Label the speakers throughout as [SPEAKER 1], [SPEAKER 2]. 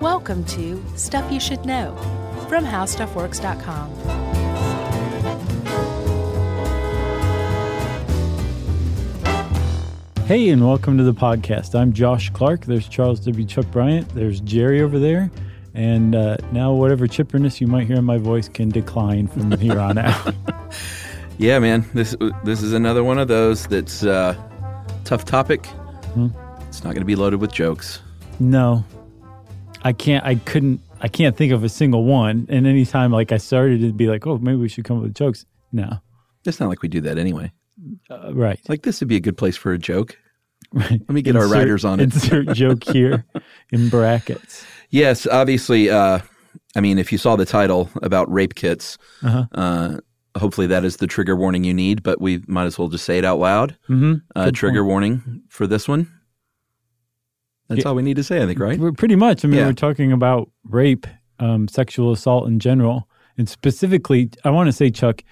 [SPEAKER 1] Welcome to Stuff You Should Know from HowStuffWorks.com.
[SPEAKER 2] Hey, and welcome to the podcast. I'm Josh Clark. There's Charles W. Chuck Bryant. There's Jerry over there. And uh, now, whatever chipperness you might hear in my voice can decline from here on out.
[SPEAKER 3] Yeah, man. This this is another one of those that's uh, tough topic. Hmm. It's not going to be loaded with jokes.
[SPEAKER 2] no, I can't. I couldn't. I can't think of a single one. And anytime like I started to be like, oh, maybe we should come up with jokes. No,
[SPEAKER 3] It's not like we do that anyway.
[SPEAKER 2] uh, right.
[SPEAKER 3] Like this would be a good place for a joke.
[SPEAKER 2] Let
[SPEAKER 3] me get our writers on it.
[SPEAKER 2] Insert joke here in brackets.
[SPEAKER 3] Yes, obviously. Uh, I mean, if you saw the title about rape kits,
[SPEAKER 2] Uh-huh.
[SPEAKER 3] uh, hopefully that is the trigger warning you need. But we might as well just say it out loud.
[SPEAKER 2] Mm-hmm.
[SPEAKER 3] Uh,
[SPEAKER 2] Good
[SPEAKER 3] trigger warning for this one. That's all we need to say, I think. Right?
[SPEAKER 2] We're pretty much. I mean,
[SPEAKER 3] Yeah.
[SPEAKER 2] we're talking about rape, um, sexual assault in general, and specifically, I want to say, Chuck,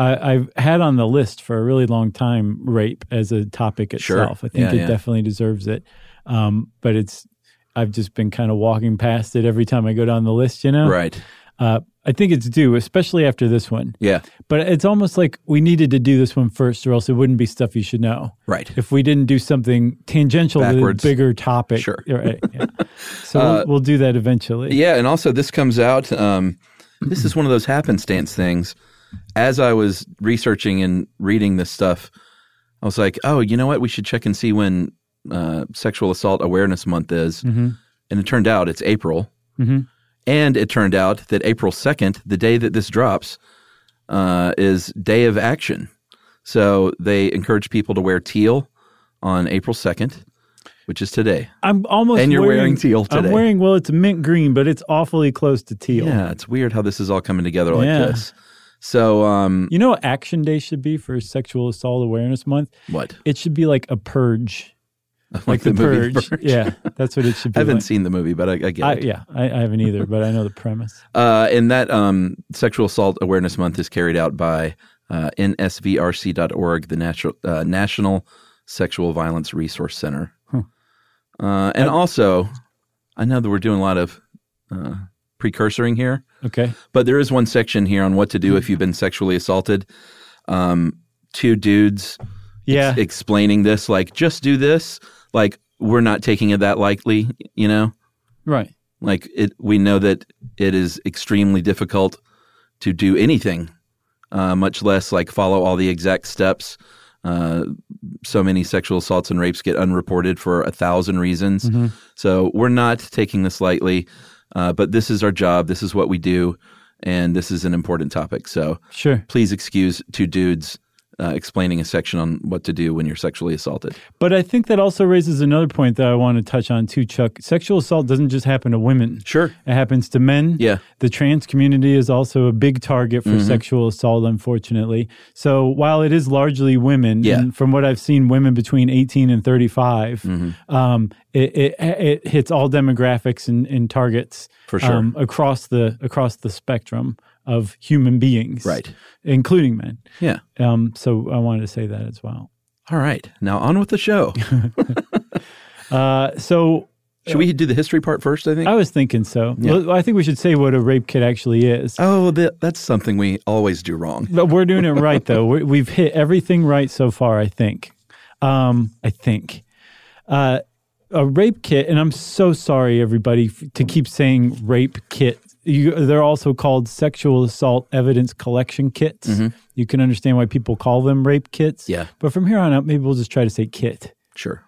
[SPEAKER 2] I, I've had on the list for a really long time rape as a topic
[SPEAKER 3] Sure.
[SPEAKER 2] itself. I think
[SPEAKER 3] Yeah,
[SPEAKER 2] it
[SPEAKER 3] yeah.
[SPEAKER 2] definitely deserves it, um, but it's. I've just been kind of walking past it every time I go down the list, you know.
[SPEAKER 3] Right.
[SPEAKER 2] Uh, I think it's due, especially after this one.
[SPEAKER 3] Yeah.
[SPEAKER 2] But it's almost like we needed to do this one first, or else it wouldn't be stuff you should know
[SPEAKER 3] Right.
[SPEAKER 2] if we didn't do something tangential
[SPEAKER 3] Backwards.
[SPEAKER 2] to the bigger topic.
[SPEAKER 3] Sure. Uh,
[SPEAKER 2] You're right, yeah. So we'll, we'll do that eventually.
[SPEAKER 3] Yeah, and also this comes out. Um, this is one of those happenstance things. As I was researching and reading this stuff, I was like, "Oh, you know what? We should check and see when uh, Sexual Assault Awareness Month is." And it turned out it's April,
[SPEAKER 2] Mhm.
[SPEAKER 3] and it turned out that April second, the day that this drops, uh, is Day of Action. So they encourage people to wear teal on April second, which is today.
[SPEAKER 2] I'm almost
[SPEAKER 3] And you're
[SPEAKER 2] wearing,
[SPEAKER 3] wearing teal
[SPEAKER 2] I'm
[SPEAKER 3] today.
[SPEAKER 2] wearing well, it's mint green, but it's awfully close to teal.
[SPEAKER 3] Yeah, it's weird how this is all coming together like
[SPEAKER 2] Yeah.
[SPEAKER 3] this. So, um,
[SPEAKER 2] You know what Action Day should be for Sexual Assault Awareness Month?
[SPEAKER 3] what?
[SPEAKER 2] It should be like a purge,
[SPEAKER 3] Like,
[SPEAKER 2] like, the, purge. Yeah, that's what it should
[SPEAKER 3] I
[SPEAKER 2] be.
[SPEAKER 3] haven't
[SPEAKER 2] like.
[SPEAKER 3] seen the movie, but I, I get
[SPEAKER 2] I,
[SPEAKER 3] it.
[SPEAKER 2] yeah, I, I haven't either, but I know the premise.
[SPEAKER 3] Uh, and that um, Sexual Assault Awareness Month is carried out by uh, nsvrc.org, the Natural, uh, National Sexual Violence Resource Center. Uh, and also, I know that we're doing a lot of uh, precursoring here.
[SPEAKER 2] Okay.
[SPEAKER 3] But there is one section here on what to do if you've been sexually assaulted. Um, two dudes ex-
[SPEAKER 2] Yeah.
[SPEAKER 3] explaining this, like, just do this. Like, we're not taking it that lightly, you know?
[SPEAKER 2] Right.
[SPEAKER 3] Like, it, we know that it is extremely difficult to do anything, uh, much less like follow all the exact steps. Uh, so many sexual assaults and rapes get unreported for a thousand reasons. So we're not taking this lightly, uh, but this is our job. This is what we do, and this is an important topic. So
[SPEAKER 2] Sure.
[SPEAKER 3] please excuse two dudes uh, explaining a section on what to do when you're sexually assaulted.
[SPEAKER 2] But I think that also raises another point that I want to touch on too, Chuck. Sexual assault doesn't just happen to women.
[SPEAKER 3] Sure.
[SPEAKER 2] It happens to men.
[SPEAKER 3] Yeah. Mm-hmm.
[SPEAKER 2] The trans community is also a big target for sexual assault, unfortunately. So while it is largely women,
[SPEAKER 3] Yeah.
[SPEAKER 2] and from what I've seen, women between 18 and 35,
[SPEAKER 3] Mm-hmm.
[SPEAKER 2] um, it, it, it hits all demographics and, and targets um,
[SPEAKER 3] For sure.
[SPEAKER 2] across the across the spectrum of human beings,
[SPEAKER 3] Right.
[SPEAKER 2] including men.
[SPEAKER 3] Yeah.
[SPEAKER 2] Um, so I wanted to say that as well.
[SPEAKER 3] All right. Now on with the show.
[SPEAKER 2] Uh, so
[SPEAKER 3] Should we do the history part first? I think.
[SPEAKER 2] I was thinking so.
[SPEAKER 3] Yeah.
[SPEAKER 2] Well, I think we should say what a rape kit actually is.
[SPEAKER 3] Oh, the, that's something we always do wrong.
[SPEAKER 2] But we're doing it right, though. we we've hit everything right so far, I think. Um, I think. Uh, a rape kit, and I'm so sorry, everybody, f- to keep saying rape kit. You, they're also called sexual assault evidence collection kits. You can understand why people call them rape kits.
[SPEAKER 3] Yeah.
[SPEAKER 2] But from here on out, maybe we'll just try to say kit.
[SPEAKER 3] Sure.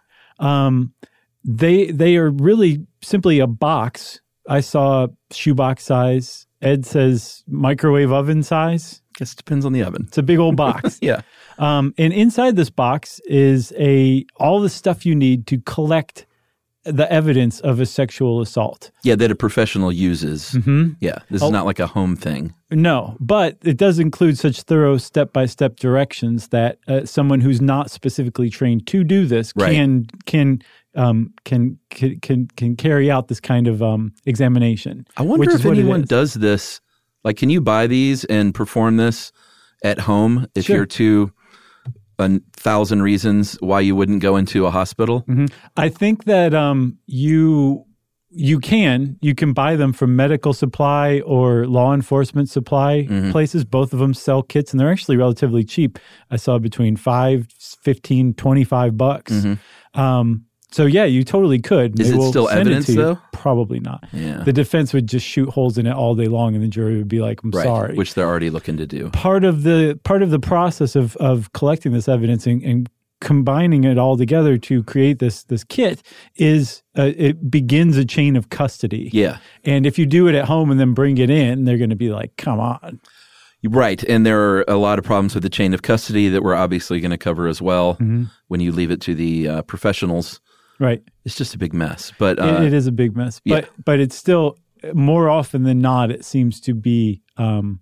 [SPEAKER 2] they they are really simply a box. I saw shoebox size. Ed says microwave oven size.
[SPEAKER 3] Guess it depends on the oven.
[SPEAKER 2] It's a big old box.
[SPEAKER 3] Yeah.
[SPEAKER 2] Um, and inside this box is a all the stuff you need to collect the evidence of a sexual assault.
[SPEAKER 3] Yeah, that a professional uses. Mm-hmm. Yeah, this
[SPEAKER 2] Oh.
[SPEAKER 3] is not like a home thing.
[SPEAKER 2] No, but it does include such thorough step by step directions that uh, someone who's not specifically trained to do this
[SPEAKER 3] Right.
[SPEAKER 2] can can um, can can can can carry out this kind of um, examination.
[SPEAKER 3] I wonder
[SPEAKER 2] which is
[SPEAKER 3] if
[SPEAKER 2] what it
[SPEAKER 3] anyone
[SPEAKER 2] is.
[SPEAKER 3] does this. Like, can you buy these and perform this at home if
[SPEAKER 2] Sure.
[SPEAKER 3] you're to a thousand
[SPEAKER 2] Mm-hmm.
[SPEAKER 3] reasons why you wouldn't go into a hospital?
[SPEAKER 2] I think that um, you you can you can buy them from medical supply or law enforcement supply
[SPEAKER 3] Mm-hmm.
[SPEAKER 2] places both of them sell kits and they're actually relatively cheap i saw between 5 15 25 bucks um, so yeah you totally could
[SPEAKER 3] Mm-hmm. Is
[SPEAKER 2] They
[SPEAKER 3] it
[SPEAKER 2] will
[SPEAKER 3] still
[SPEAKER 2] send
[SPEAKER 3] evidence,
[SPEAKER 2] to you.
[SPEAKER 3] though?
[SPEAKER 2] probably not
[SPEAKER 3] Yeah.
[SPEAKER 2] the defense would just shoot holes in it all day long and the jury would be like i'm
[SPEAKER 3] Right.
[SPEAKER 2] sorry
[SPEAKER 3] Which they're already looking to do.
[SPEAKER 2] part of the part of the process of of collecting this evidence and, and combining it all together to create this this kit is uh, it begins a chain of custody.
[SPEAKER 3] Yeah.
[SPEAKER 2] And if you do it at home and then bring it in, they're going to be like, "Come on."
[SPEAKER 3] Right. And there are a lot of problems with the chain of custody that we're obviously going to cover as well
[SPEAKER 2] Mm-hmm.
[SPEAKER 3] when you leave it to the uh, professionals.
[SPEAKER 2] Right.
[SPEAKER 3] It's just a big mess. But
[SPEAKER 2] It-
[SPEAKER 3] uh,
[SPEAKER 2] it is a big mess,
[SPEAKER 3] yeah.
[SPEAKER 2] but but it's still more often than not it seems to be um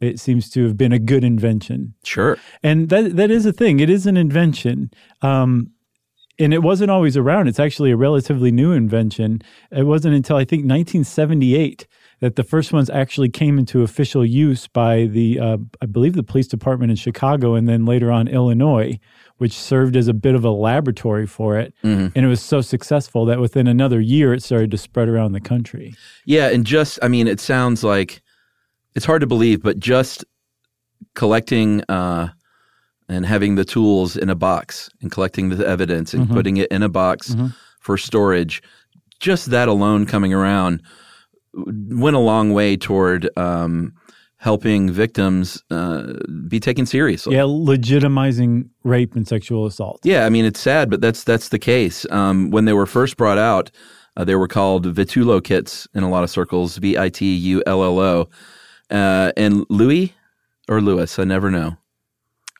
[SPEAKER 2] it seems to have been a good invention.
[SPEAKER 3] sure.
[SPEAKER 2] and that that is a thing. It is an invention, um, and it wasn't always around. It's actually a relatively new invention. It wasn't until I think 1978 that the first ones actually came into official use by the, uh, I believe, the police department in Chicago, and then later on Illinois, which served as a bit of a laboratory for it. And it was so successful that within another year, it started to spread around the country.
[SPEAKER 3] Yeah, and just I mean, it sounds like it's hard to believe, but just collecting uh, and having the tools in a box and collecting the evidence and putting it in a box for storage, just that alone coming around went a long way toward um, helping victims uh, be taken seriously.
[SPEAKER 2] Yeah, legitimizing rape and sexual assault.
[SPEAKER 3] Yeah, I mean it's sad, but that's that's the case. Um, when they were first brought out, uh, they were called Vitulo kits in a lot of circles, V I T U L L O, uh, and Louis or Lewis, I never know.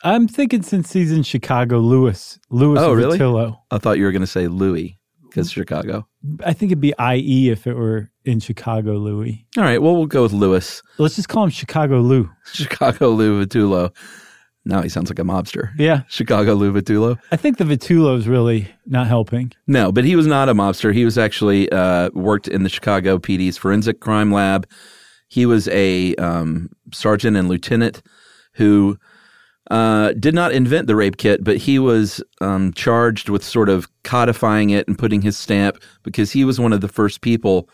[SPEAKER 2] I'm thinking since he's in Chicago, Lewis, Lewis
[SPEAKER 3] Oh, really?
[SPEAKER 2] Vitillo.
[SPEAKER 3] I thought you were going to say Louis because Chicago.
[SPEAKER 2] I think it'd be IE if it were in Chicago, Louis.
[SPEAKER 3] All right, well we'll go with Lewis,
[SPEAKER 2] Let's just call him Chicago Lou.
[SPEAKER 3] Chicago Lou Vitulo. Now he sounds like a mobster.
[SPEAKER 2] Yeah.
[SPEAKER 3] Chicago Lou Vitulo.
[SPEAKER 2] I think the Vitullo's really not helping.
[SPEAKER 3] No, but he was not a mobster. He was actually uh, worked in the Chicago PD's forensic crime lab. He was a um, sergeant and lieutenant who uh, did not invent the rape kit, but he was um, charged with sort of codifying it and putting his stamp because he was one of the first people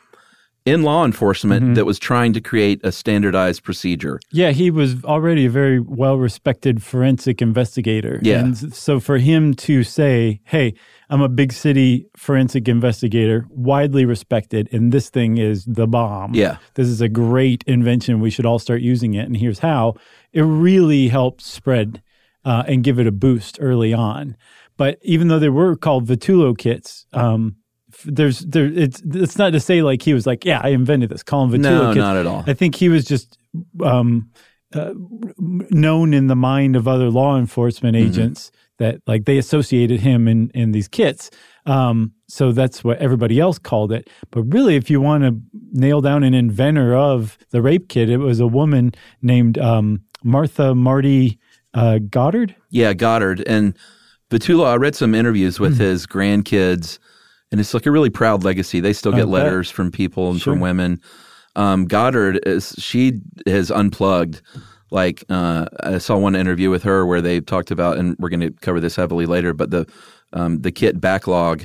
[SPEAKER 3] in law enforcement that was trying to create a standardized procedure.
[SPEAKER 2] Yeah, he was already a very well respected forensic investigator.
[SPEAKER 3] Yeah.
[SPEAKER 2] And s- so for him to say, hey, I'm a big city forensic investigator, widely respected, and this thing is the bomb.
[SPEAKER 3] Yeah.
[SPEAKER 2] This is a great invention. We should all start using it. And here's how it really helped spread uh, and give it a boost early on. But even though they were called Vitulo kits, um, f- there's there it's it's not to say like he was like yeah I invented this call him Vitulo
[SPEAKER 3] No,
[SPEAKER 2] kits.
[SPEAKER 3] not at all.
[SPEAKER 2] I think he was just um, uh, known in the mind of other law enforcement
[SPEAKER 3] Mm-hmm.
[SPEAKER 2] agents that like they associated him in in these kits. Um, so that's what everybody else called it. But really, if you want to nail down an inventor of the rape kit, it was a woman named um, Martha Marty uh, Goddard.
[SPEAKER 3] Yeah, Goddard and Vitula. I read some interviews with
[SPEAKER 2] Hmm.
[SPEAKER 3] his grandkids, and it's like a really proud legacy. They still
[SPEAKER 2] I
[SPEAKER 3] get
[SPEAKER 2] bet.
[SPEAKER 3] letters from people and from women. Um, Goddard is she has unplugged. Like uh, I saw one interview with her where they talked about, and we're going to cover this heavily later, but the um, the kit backlog.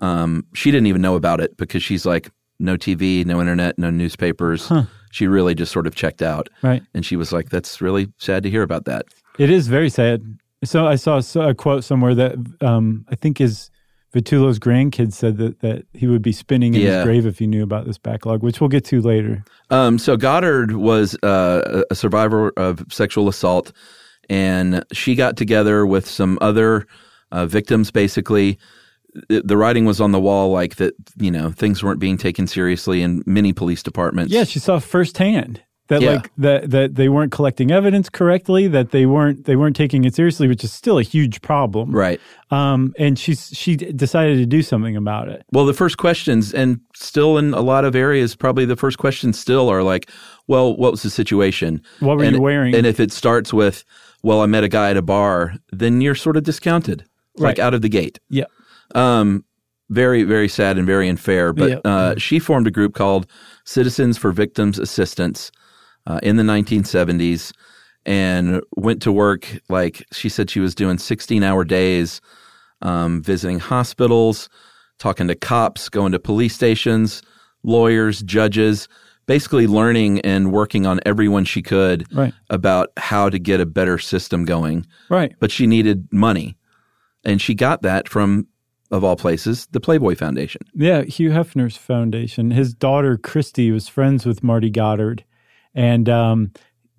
[SPEAKER 3] Um, she didn't even know about it because she's like no TV, no internet, no newspapers. She really just sort of checked out,
[SPEAKER 2] Right.
[SPEAKER 3] and she was like, "That's really sad to hear about that."
[SPEAKER 2] It is very sad. So I saw s- a quote somewhere that um, I think his Vitulo's grandkid said that that he would be spinning in
[SPEAKER 3] Yeah.
[SPEAKER 2] his grave if he knew about this backlog, which we'll get to later.
[SPEAKER 3] Um, so Goddard was uh, a survivor of sexual assault, and she got together with some other uh, victims. Basically, the, the writing was on the wall, like that. You know, things weren't being taken seriously in many police departments.
[SPEAKER 2] Yeah, she saw firsthand that
[SPEAKER 3] Yeah.
[SPEAKER 2] like that that they weren't collecting evidence correctly, that they weren't they weren't taking it seriously, which is still a huge problem.
[SPEAKER 3] right.
[SPEAKER 2] Um, and she she d- decided to do something about it.
[SPEAKER 3] Well, the first questions, and still in a lot of areas, probably the first questions still are like, "Well, what was the situation?
[SPEAKER 2] What were you
[SPEAKER 3] and,
[SPEAKER 2] wearing?
[SPEAKER 3] And if it starts with, "Well, I met a guy at a bar," then you're sort of discounted,
[SPEAKER 2] Right.
[SPEAKER 3] like out of the gate.
[SPEAKER 2] Yeah.
[SPEAKER 3] Um, very, very sad and very unfair. But
[SPEAKER 2] Yep.
[SPEAKER 3] uh, she formed a group called Citizens for Victims Assistance uh, in the 1970s and went to work. Like she said, she was doing 16 hour days um, visiting hospitals, talking to cops, going to police stations, lawyers, judges, basically learning and working on everyone she could
[SPEAKER 2] Right.
[SPEAKER 3] about how to get a better system going.
[SPEAKER 2] Right.
[SPEAKER 3] But she needed money. And she got that from, of all places, the Playboy Foundation.
[SPEAKER 2] Yeah, Hugh Hefner's foundation. His daughter Christy was friends with Marty Goddard, and um,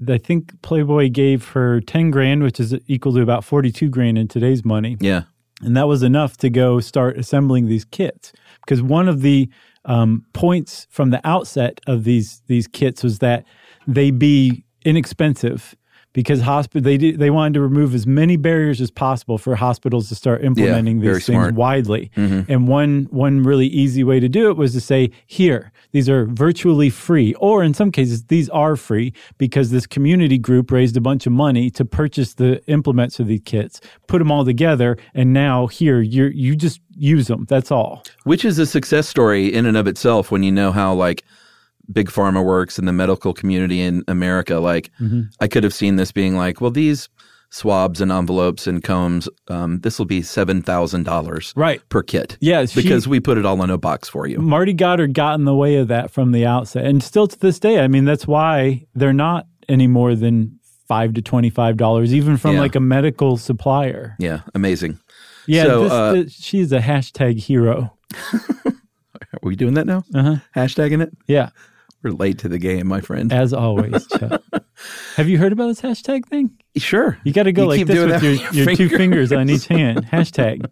[SPEAKER 2] I think Playboy gave her ten grand, which is equal to about forty-two grand in today's money,
[SPEAKER 3] Yeah.
[SPEAKER 2] and that was enough to go start assembling these kits. Because one of the um, points from the outset of these these kits was that they be inexpensive. Because hospital, they did, they wanted to remove as many barriers as possible for hospitals to start implementing
[SPEAKER 3] very
[SPEAKER 2] these things
[SPEAKER 3] smart.
[SPEAKER 2] widely.
[SPEAKER 3] Mm-hmm.
[SPEAKER 2] And one one really easy way to do it was to say, here, these are virtually free, or in some cases, these are free because this community group raised a bunch of money to purchase the implements of these kits, put them all together, and now here you you just use them. That's all.
[SPEAKER 3] Which is a success story in and of itself when you know how like big pharma works in the medical community in America. Like I could have seen this being like, well, these swabs and envelopes and combs, um, this will be seven thousand dollars
[SPEAKER 2] Right.
[SPEAKER 3] per kit.
[SPEAKER 2] Yeah, it's
[SPEAKER 3] because
[SPEAKER 2] huge.
[SPEAKER 3] we put it all in a box for you.
[SPEAKER 2] Marty Goddard got in the way of that from the outset, and still to this day. I mean, that's why they're not any more than five to twenty five dollars, even from
[SPEAKER 3] Yeah.
[SPEAKER 2] like a medical supplier.
[SPEAKER 3] Yeah, amazing.
[SPEAKER 2] Yeah,
[SPEAKER 3] So,
[SPEAKER 2] this,
[SPEAKER 3] uh,
[SPEAKER 2] this- she's a hashtag hero.
[SPEAKER 3] Are we doing that now? Uh-huh. Hashtagging it.
[SPEAKER 2] Yeah.
[SPEAKER 3] We're late to the game, my friend.
[SPEAKER 2] As always, Chuck. Have you heard about this hashtag thing?
[SPEAKER 3] sure.
[SPEAKER 2] You got to go like
[SPEAKER 3] keep
[SPEAKER 2] this
[SPEAKER 3] doing
[SPEAKER 2] with
[SPEAKER 3] that
[SPEAKER 2] your,
[SPEAKER 3] with
[SPEAKER 2] your
[SPEAKER 3] your
[SPEAKER 2] two fingers
[SPEAKER 3] fingers.
[SPEAKER 2] on each hand. Hashtag.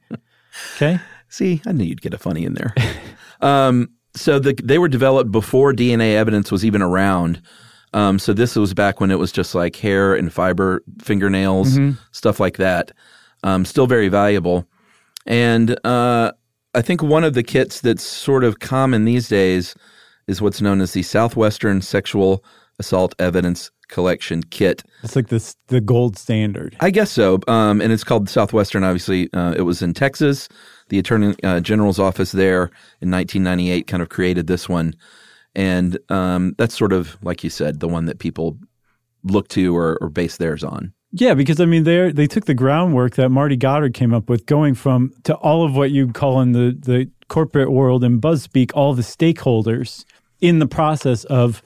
[SPEAKER 2] Okay.
[SPEAKER 3] See, I knew you'd get a funny in there. um, so the, they were developed before DNA evidence was even around. Um, so this was back when it was just like hair and fiber, fingernails, stuff like that. Um, still very valuable. And uh, I think one of the kits that's sort of common these days is what's known as the Southwestern Sexual Assault Evidence Collection Kit.
[SPEAKER 2] It's like this the gold standard.
[SPEAKER 3] I guess so. Um, and it's called Southwestern. Obviously, uh, it was in Texas. The Attorney uh, General's office there in 1998 kind of created this one, and um, that's sort of like you said, the one that people look to or, or base theirs on.
[SPEAKER 2] Yeah, because I mean they they took the groundwork that Marty Goddard came up with going from to all of what you'd call in the the corporate world and buzzspeak all the stakeholders in the process of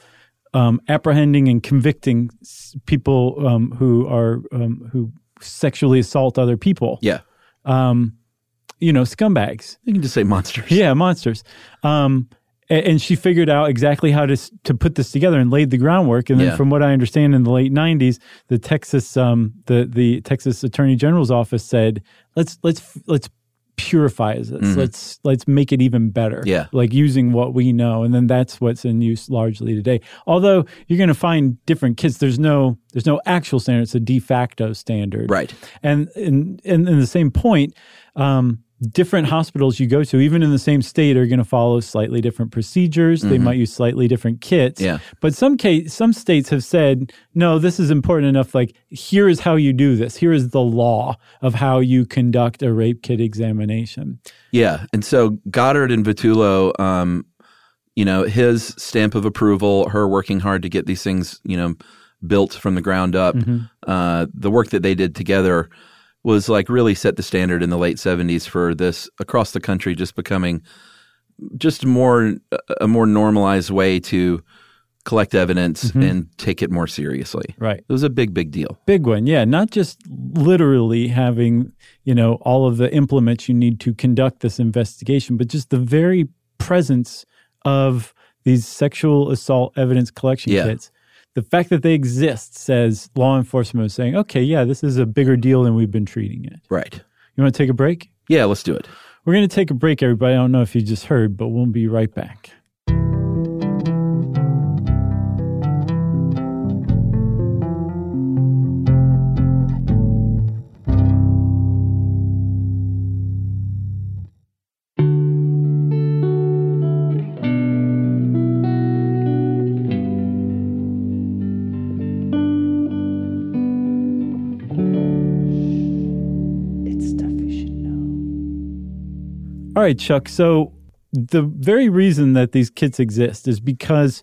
[SPEAKER 2] um, apprehending and convicting s- people um, who are um, who sexually assault other people.
[SPEAKER 3] Yeah,
[SPEAKER 2] You know, scumbags.
[SPEAKER 3] you can just say monsters.
[SPEAKER 2] Yeah, monsters. Um, a- and, she figured out exactly how to s- to put this together and laid the groundwork. And then,
[SPEAKER 3] Yeah.
[SPEAKER 2] from what I understand, in the late '90s, the Texas um, the the Texas Attorney General's office said, "Let's let's let's purify this. Let's let's make it even better.
[SPEAKER 3] Mm-hmm. Yeah.
[SPEAKER 2] like using what we know. And then that's what's in use largely today. Although you're going to find different kits. There's no there's no actual standard. It's a de facto standard.
[SPEAKER 3] Right.
[SPEAKER 2] And in in, in the same point, um, different hospitals you go to, even in the same state, are going to follow slightly different procedures. They might use slightly different kits.
[SPEAKER 3] Yeah.
[SPEAKER 2] But some case, some states have said, no, this is important enough. Like here is how you do this. Here is the law of how you conduct a rape kit examination.
[SPEAKER 3] Yeah, and so Goddard and Vitullo, um, you know, his stamp of approval, her working hard to get these things, you know, built from the ground up. Uh, the work that they did together was like really set the standard in the late '70s for this across the country, just becoming just more a more normalized way to collect evidence and take it more seriously.
[SPEAKER 2] Right.
[SPEAKER 3] It was a big, big deal.
[SPEAKER 2] Big one, yeah. Not just literally having, you know, all of the implements you need to conduct this investigation, but just the very presence of these sexual assault evidence collection
[SPEAKER 3] Yeah.
[SPEAKER 2] kits. The fact that they exist says law enforcement is saying, okay, yeah, this is a bigger deal than we've been treating it.
[SPEAKER 3] Right.
[SPEAKER 2] You want to take a break?
[SPEAKER 3] Yeah, let's do it.
[SPEAKER 2] We're going to take a break, everybody. I don't know if you just heard, but we'll be right back. All right, Chuck. So the very reason that these kits exist is because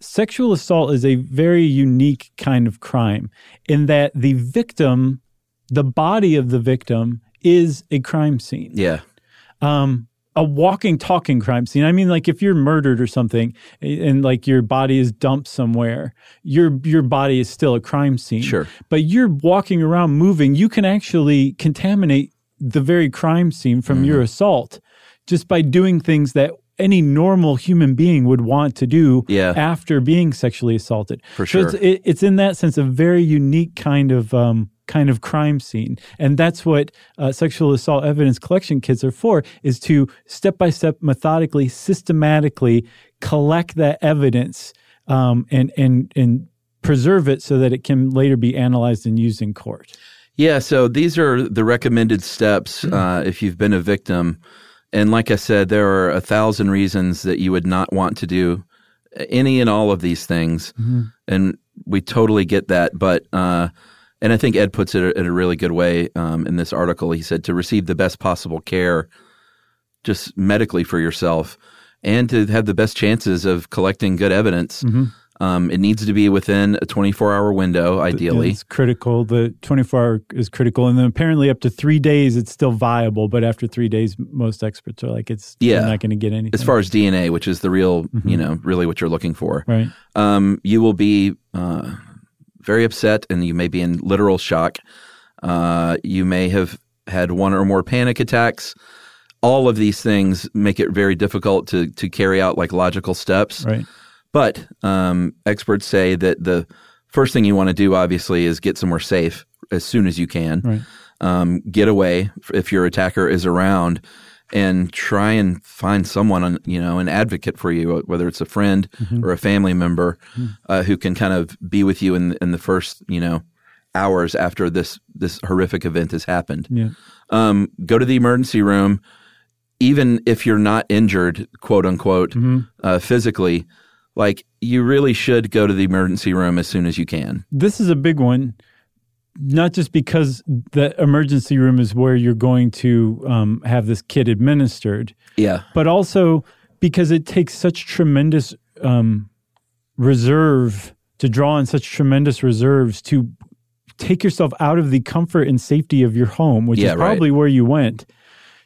[SPEAKER 2] sexual assault is a very unique kind of crime in that the victim, the body of the victim, is a crime scene.
[SPEAKER 3] Yeah.
[SPEAKER 2] Um, a walking, talking crime scene. I mean, like if you're murdered or something, and, and like your body is dumped somewhere, your your body is still a crime scene.
[SPEAKER 3] Sure.
[SPEAKER 2] but you're walking around, moving. You can actually contaminate the very crime scene from
[SPEAKER 3] Mm-hmm.
[SPEAKER 2] your assault just by doing things that any normal human being would want to do
[SPEAKER 3] Yeah.
[SPEAKER 2] after being sexually assaulted.
[SPEAKER 3] For
[SPEAKER 2] So
[SPEAKER 3] sure.
[SPEAKER 2] it's, it, it's in that sense a very unique kind of um, kind of crime scene, and that's what uh, sexual assault evidence collection kits are for: is to step by step, methodically, systematically collect that evidence um, and and and preserve it so that it can later be analyzed and used in court.
[SPEAKER 3] Yeah, so these are the recommended steps uh, if you've been a victim. And like I said, there are a thousand reasons that you would not want to do uh, any and all of these things. And we totally get that. But, uh, and I think Ed puts it in a really good way um, in this article. He said to receive the best possible care, just medically for yourself, and to have the best chances of collecting good evidence. Um, it needs to be within a 24 hour window, ideally.
[SPEAKER 2] It's critical. The 24 hour is critical. And then apparently, up to three days, it's still viable. But after three days, most experts are like, it's you're
[SPEAKER 3] Yeah.
[SPEAKER 2] not going to get anything.
[SPEAKER 3] as far as DNA, which is the real, you know, really what you're looking for,
[SPEAKER 2] right.
[SPEAKER 3] um, you will be uh, very upset and you may be in literal shock. Uh, you may have had one or more panic attacks. All of these things make it very difficult to, to carry out like logical steps.
[SPEAKER 2] Right.
[SPEAKER 3] But um, experts say that the first thing you want to do, obviously, is get somewhere safe as soon as you can.
[SPEAKER 2] Right.
[SPEAKER 3] Um, get away f- if your attacker is around, and try and find someone, on, you know, an advocate for you, whether it's a friend
[SPEAKER 2] Mm-hmm.
[SPEAKER 3] or a family member, uh, who can kind of be with you in in the first, you know, hours after this this horrific event has happened
[SPEAKER 2] Yeah.
[SPEAKER 3] um, go to the emergency room, even if you're not injured, quote unquote, uh, physically. Like you really should go to the emergency room as soon as you can.
[SPEAKER 2] This is a big one, not just because the emergency room is where you're going to um, have this kid administered,
[SPEAKER 3] Yeah,
[SPEAKER 2] but also because it takes such tremendous um, reserve to draw on such tremendous reserves to take yourself out of the comfort and safety of your home, which
[SPEAKER 3] Yeah,
[SPEAKER 2] is
[SPEAKER 3] right.
[SPEAKER 2] probably where you went,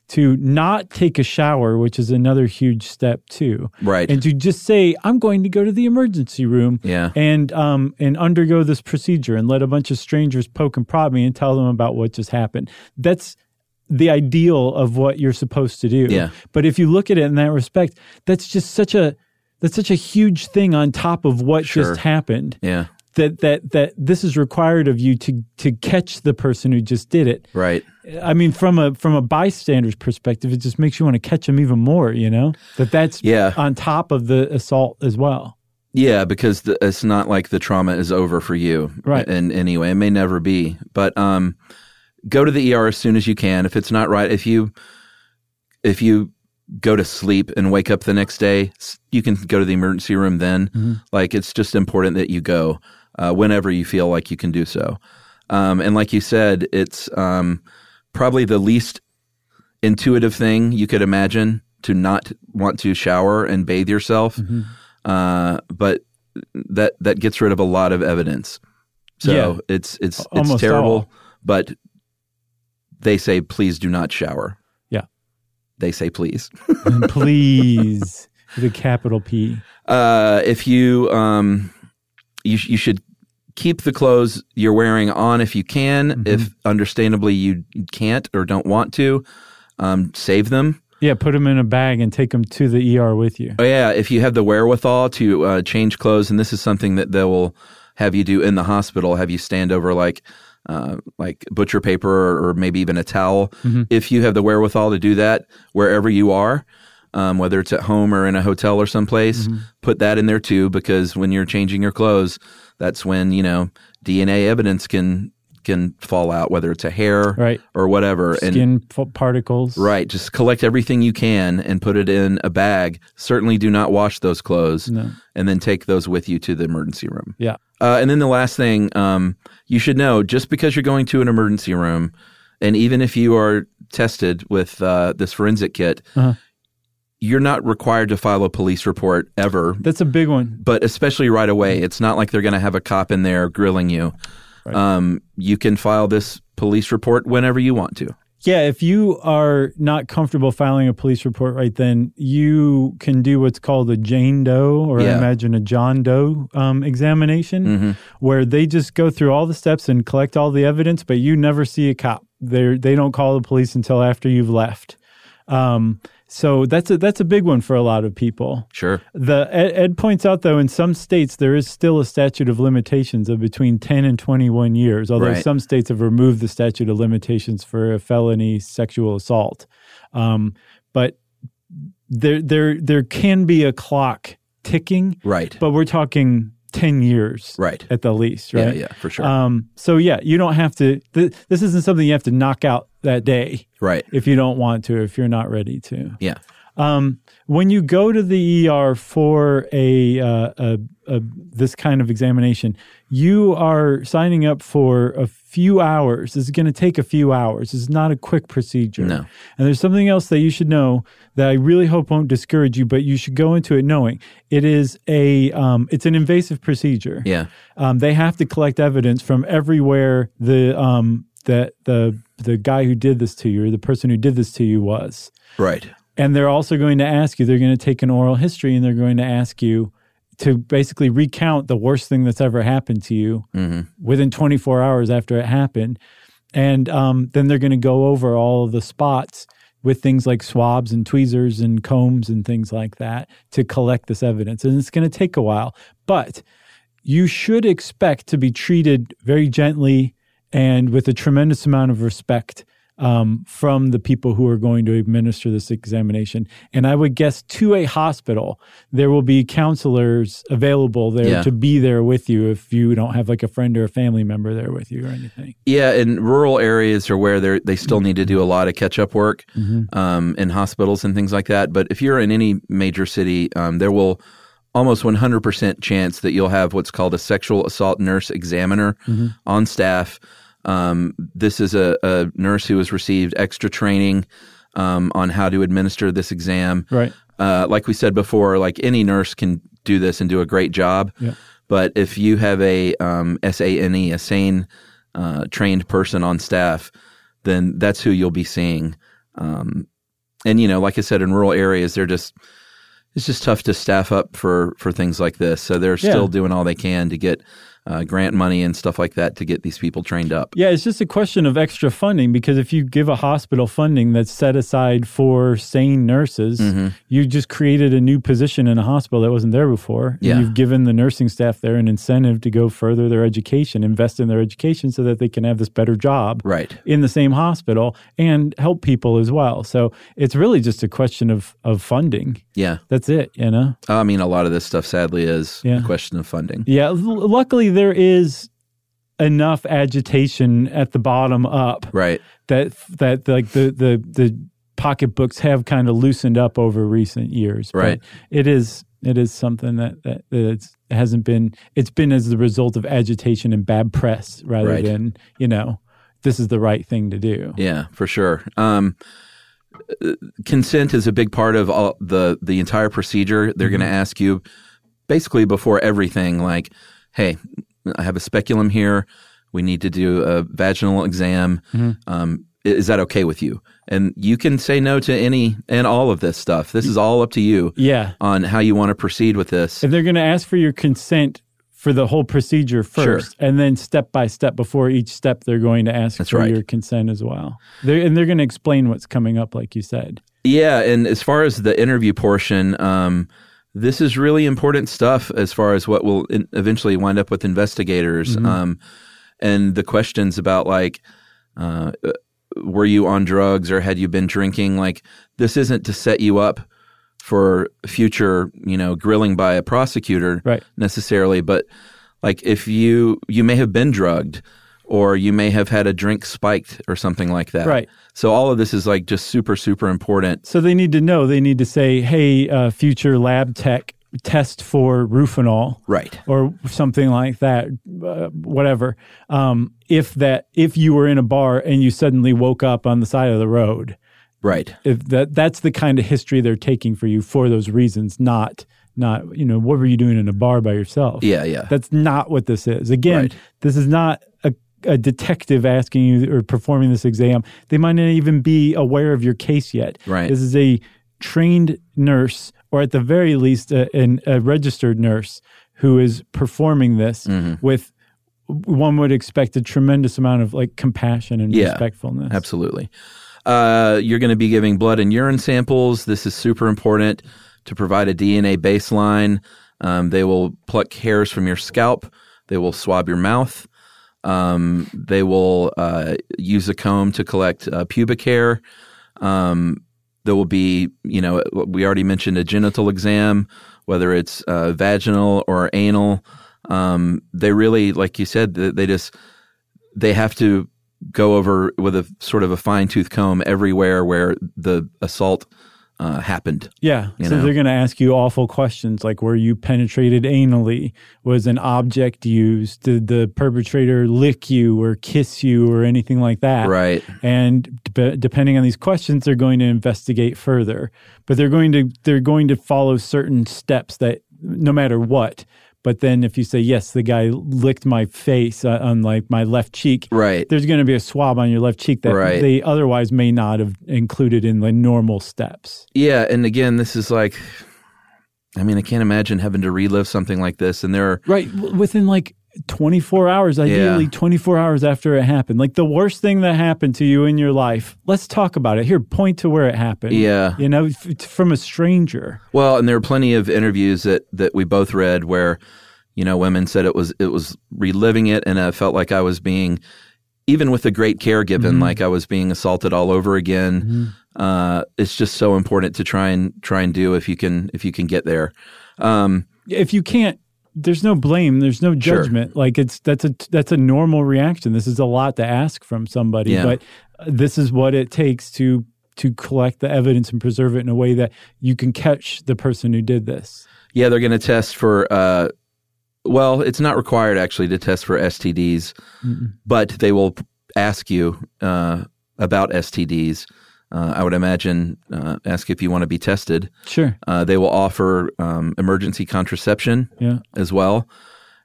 [SPEAKER 2] to not take a shower, which is another huge step too,
[SPEAKER 3] right.
[SPEAKER 2] and to just say, "I'm going to go to the emergency room."
[SPEAKER 3] yeah,
[SPEAKER 2] And um and undergo this procedure and let a bunch of strangers poke and prod me and tell them about what just happened. That's the ideal of what you're supposed to do.
[SPEAKER 3] Yeah.
[SPEAKER 2] But if you look at it in that respect, that's just such a that's such a huge thing on top of what
[SPEAKER 3] Sure.
[SPEAKER 2] just happened.
[SPEAKER 3] yeah,
[SPEAKER 2] That that that this is required of you to to catch the person who just did it.
[SPEAKER 3] right.
[SPEAKER 2] I mean, from a from a bystander's perspective, it just makes you want to catch them even more. You know that that's
[SPEAKER 3] Yeah.
[SPEAKER 2] on top of the assault as well.
[SPEAKER 3] Yeah, because the, it's not like the trauma is over for you,
[SPEAKER 2] Right.
[SPEAKER 3] In any way, it may never be. But um, go to the ER as soon as you can. If it's not right, if you if you go to sleep and wake up the next day, s- you can go to the emergency room. Then, like, it's just important that you go uh, whenever you feel like you can do so. Um, and like you said, it's um, probably the least intuitive thing you could imagine to not want to shower and bathe yourself.
[SPEAKER 2] Mm-hmm.
[SPEAKER 3] Uh, but that that gets rid of a lot of evidence. So
[SPEAKER 2] Yeah.
[SPEAKER 3] it's it's
[SPEAKER 2] Almost all.
[SPEAKER 3] it's terrible, but they say please do not shower.
[SPEAKER 2] Yeah.
[SPEAKER 3] They say please.
[SPEAKER 2] And please, the capital P.
[SPEAKER 3] Uh, if you um, you sh- you should keep the clothes you're wearing on if you can.
[SPEAKER 2] Mm-hmm.
[SPEAKER 3] If understandably you can't or don't want to, um, save them.
[SPEAKER 2] Yeah, put them in a bag and take them to the ER with you.
[SPEAKER 3] Oh yeah, if you have the wherewithal to uh, change clothes, and this is something that they will have you do in the hospital, have you stand over like uh, like butcher paper or, or maybe even a towel.
[SPEAKER 2] Mm-hmm.
[SPEAKER 3] If you have the wherewithal to do that wherever you are, um, whether it's at home or in a hotel or someplace,
[SPEAKER 2] Mm-hmm.
[SPEAKER 3] put that in there too, because when you're changing your clothes, that's when you know DNA evidence can can fall out, whether it's a hair
[SPEAKER 2] Right.
[SPEAKER 3] or whatever, and
[SPEAKER 2] Skin f- particles.
[SPEAKER 3] Right. Just collect everything you can and put it in a bag. Certainly do not wash those clothes
[SPEAKER 2] No.
[SPEAKER 3] and then take those with you to the emergency room.
[SPEAKER 2] Yeah.
[SPEAKER 3] Uh, and then the last thing um, you should know just because you're going to an emergency room, and even if you are tested with uh, this forensic kit,
[SPEAKER 2] Uh-huh.
[SPEAKER 3] you're not required to file a police report ever,
[SPEAKER 2] That's a big one.
[SPEAKER 3] but especially right
[SPEAKER 2] Mm-hmm.
[SPEAKER 3] away. It's not like they're going to have a cop in there grilling you. Um, you can file this police report whenever you want to.
[SPEAKER 2] Yeah, if you are not comfortable filing a police report right then, you can do what's called a Jane Doe or I
[SPEAKER 3] Yeah.
[SPEAKER 2] imagine a John Doe um, examination, where they just go through all the steps and collect all the evidence, but you never see a cop. They they don't call the police until after you've left. Um, so that's a that's a big one for a lot of people.
[SPEAKER 3] Sure.
[SPEAKER 2] The Ed, Ed points out though, in some states there is still a statute of limitations of between ten and twenty-one years. Although
[SPEAKER 3] Right.
[SPEAKER 2] some states have removed the statute of limitations for a felony sexual assault, um, but there there there can be a clock ticking.
[SPEAKER 3] Right.
[SPEAKER 2] But we're talking ten years,
[SPEAKER 3] Right.
[SPEAKER 2] at the least,
[SPEAKER 3] Yeah,
[SPEAKER 2] right?
[SPEAKER 3] yeah, for sure.
[SPEAKER 2] Um, so yeah, you don't have to. Th- this isn't something you have to knock out that day
[SPEAKER 3] right.
[SPEAKER 2] if you don't want to, if you're not ready to.
[SPEAKER 3] Yeah.
[SPEAKER 2] Um, when you go to the ER for a, uh, a, a this kind of examination, you are signing up for a few hours. This is going to take a few hours. It's not a quick procedure.
[SPEAKER 3] No.
[SPEAKER 2] And there's something else that you should know that I really hope won't discourage you, but you should go into it knowing it is a um, it's an invasive procedure.
[SPEAKER 3] Yeah.
[SPEAKER 2] Um, they have to collect evidence from everywhere the um, that the the guy who did this to you or the person who did this to you was.
[SPEAKER 3] Right.
[SPEAKER 2] And they're also going to ask you, they're going to take an oral history and they're going to ask you to basically recount the worst thing that's ever happened to you within 24 hours after it happened. And um, then they're going to go over all of the spots with things like swabs and tweezers and combs and things like that to collect this evidence. And it's going to take a while, but you should expect to be treated very gently and with a tremendous amount of respect um, from the people who are going to administer this examination. And I would guess to a hospital, there will be counselors available there
[SPEAKER 3] Yeah.
[SPEAKER 2] to be there with you if you don't have like a friend or a family member there with you or anything.
[SPEAKER 3] Yeah, in rural areas are where they they still need to do a lot of catch up work
[SPEAKER 2] Mm-hmm.
[SPEAKER 3] um, in hospitals and things like that. But if you're in any major city, um, there will almost 100% chance that you'll have what's called a sexual assault nurse examiner
[SPEAKER 2] Mm-hmm.
[SPEAKER 3] on staff. Um, this is a, a nurse who has received extra training um, on how to administer this exam.
[SPEAKER 2] Right.
[SPEAKER 3] Uh, like we said before, like any nurse can do this and do a great job. But if you have a um, SANE, a sane, uh, trained person on staff, then that's who you'll be seeing. Um, and you know, like I said, in rural areas, they're just it's just tough to staff up for for things like this. So they're
[SPEAKER 2] Yeah.
[SPEAKER 3] still doing all they can to get uh, grant money and stuff like that to get these people trained up.
[SPEAKER 2] Yeah, it's just a question of extra funding because if you give a hospital funding that's set aside for sane nurses,
[SPEAKER 3] Mm-hmm.
[SPEAKER 2] you just created a new position in a hospital that wasn't there before. and
[SPEAKER 3] Yeah.
[SPEAKER 2] You've given the nursing staff there an incentive to go further their education, invest in their education so that they can have this better job
[SPEAKER 3] Right.
[SPEAKER 2] in the same hospital and help people as well. So it's really just a question of of funding.
[SPEAKER 3] Yeah.
[SPEAKER 2] That's it, you know?
[SPEAKER 3] I mean, a lot of this stuff, sadly, is
[SPEAKER 2] Yeah.
[SPEAKER 3] a question of funding.
[SPEAKER 2] Yeah, l- luckily there is enough agitation at the bottom up
[SPEAKER 3] Right.
[SPEAKER 2] that that like the the the pocketbooks have kind of loosened up over recent years. But
[SPEAKER 3] Right.
[SPEAKER 2] it is it is something that that, that it's, hasn't been it's been as the result of agitation and bad press rather
[SPEAKER 3] Right.
[SPEAKER 2] than you know this is the right thing to do.
[SPEAKER 3] Yeah, for sure. Um, uh, consent is a big part of all the the entire procedure. They're going to ask you basically before everything, like, "Hey, I have a speculum here. We need to do a vaginal exam. Um, i- is that okay with you?" And you can say no to any and all of this stuff. This is all up to you
[SPEAKER 2] Yeah.
[SPEAKER 3] on how you want to proceed with this.
[SPEAKER 2] If they're going to ask for your consent for the whole procedure first, and then step by step before each step, they're going to ask for
[SPEAKER 3] right.
[SPEAKER 2] your consent as well. They're, and they're going to explain what's coming up, like you said.
[SPEAKER 3] Yeah, and as far as the interview portion, um, this is really important stuff as far as what will in- eventually wind up with investigators um, and the questions about like, uh, uh, were you on drugs or had you been drinking? Like, this isn't to set you up for future, you know, grilling by a prosecutor
[SPEAKER 2] Right.
[SPEAKER 3] necessarily, but like if you you may have been drugged or you may have had a drink spiked or something like that.
[SPEAKER 2] Right.
[SPEAKER 3] So all of this is like just super super important.
[SPEAKER 2] So they need to know. They need to say, "Hey, uh, future lab tech, test for rufinol."
[SPEAKER 3] Right.
[SPEAKER 2] Or something like that, uh, whatever. Um, if that, if you were in a bar and you suddenly woke up on the side of the road,
[SPEAKER 3] Right.
[SPEAKER 2] if that that's the kind of history they're taking for you for those reasons, not not you know what were you doing in a bar by yourself?
[SPEAKER 3] Yeah, yeah.
[SPEAKER 2] That's not what this is. Again,
[SPEAKER 3] Right.
[SPEAKER 2] this is not a a detective asking you or performing this exam, they might not even be aware of your case yet.
[SPEAKER 3] Right.
[SPEAKER 2] This is a trained nurse, or at the very least, a, an, a registered nurse who is performing this
[SPEAKER 3] Mm-hmm.
[SPEAKER 2] with one would expect a tremendous amount of like compassion and
[SPEAKER 3] Yeah.
[SPEAKER 2] respectfulness.
[SPEAKER 3] Absolutely. Uh, you're going to be giving blood and urine samples. This is super important to provide a DNA baseline. Um, they will pluck hairs from your scalp. They will swab your mouth. Um, they will uh, use a comb to collect uh, pubic hair. Um, there will be, you know, we already mentioned a genital exam, whether it's uh, vaginal or anal. Um, they really, like you said, they, they just they have to go over with a sort of a fine tooth comb everywhere where the assault uh, happened.
[SPEAKER 2] Yeah.
[SPEAKER 3] You
[SPEAKER 2] so
[SPEAKER 3] know?
[SPEAKER 2] they're going to ask you awful questions like were you penetrated anally? Was an object used? Did the perpetrator lick you or kiss you or anything like that?
[SPEAKER 3] Right.
[SPEAKER 2] And de- depending on these questions, they're going to investigate further. But they're going to they're going to follow certain steps that no matter what. But then if you say yes, the guy licked my face uh, on like my left cheek.
[SPEAKER 3] Right.
[SPEAKER 2] There's going to be a swab on your left cheek that
[SPEAKER 3] Right.
[SPEAKER 2] they otherwise may not have included in the normal steps.
[SPEAKER 3] Yeah, and again, this is like, I mean, I can't imagine having to relive something like this. And there are
[SPEAKER 2] Right. w- Within like 24 hours, ideally 24 hours after it happened. Like the worst thing that happened to you in your life. Let's talk about it. Here, point to where it happened.
[SPEAKER 3] Yeah.
[SPEAKER 2] You know, f- it's from a stranger.
[SPEAKER 3] Well, and there are plenty of interviews that that we both read where, you know, women said it was it was reliving it, and I felt like I was being, even with the great care given, like I was being assaulted all over again. Uh, it's just so important to try and try and do if you can if you can get there. Um,
[SPEAKER 2] If you can't, there's no blame, there's no
[SPEAKER 3] Sure.
[SPEAKER 2] judgment. Like it's that's a that's a normal reaction. This is a lot to ask from somebody,
[SPEAKER 3] Yeah.
[SPEAKER 2] but uh, this is what it takes to to collect the evidence and preserve it in a way that you can catch the person who did this.
[SPEAKER 3] yeah, they're going to test for. Uh, well, it's not required actually to test for STDs, but they will ask you uh, about STDs. Uh, I would imagine uh, ask if you want to be tested.
[SPEAKER 2] Sure.
[SPEAKER 3] Uh, they will offer um, emergency contraception
[SPEAKER 2] Yeah.
[SPEAKER 3] as well.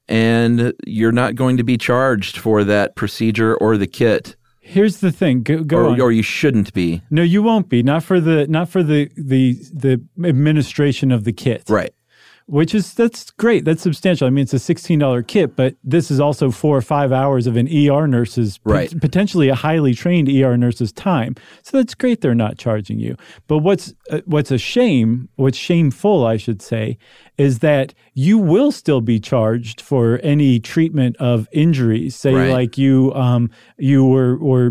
[SPEAKER 3] And you're not going to be charged for that procedure or the kit,
[SPEAKER 2] Here's the thing. Go, go on.
[SPEAKER 3] or, or you shouldn't be.
[SPEAKER 2] No, you won't be. Not for the not for the the the administration of the kit.
[SPEAKER 3] Right.
[SPEAKER 2] Which is that's great. That's substantial. I mean, it's a sixteen dollar kit, but this is also four or five hours of an ER nurse's pot-
[SPEAKER 3] Right.
[SPEAKER 2] potentially a highly trained ER nurse's time. So that's great. They're not charging you. But what's uh, what's a shame, what's shameful, I should say, is that you will still be charged for any treatment of injuries. Say
[SPEAKER 3] Right.
[SPEAKER 2] like you um you were were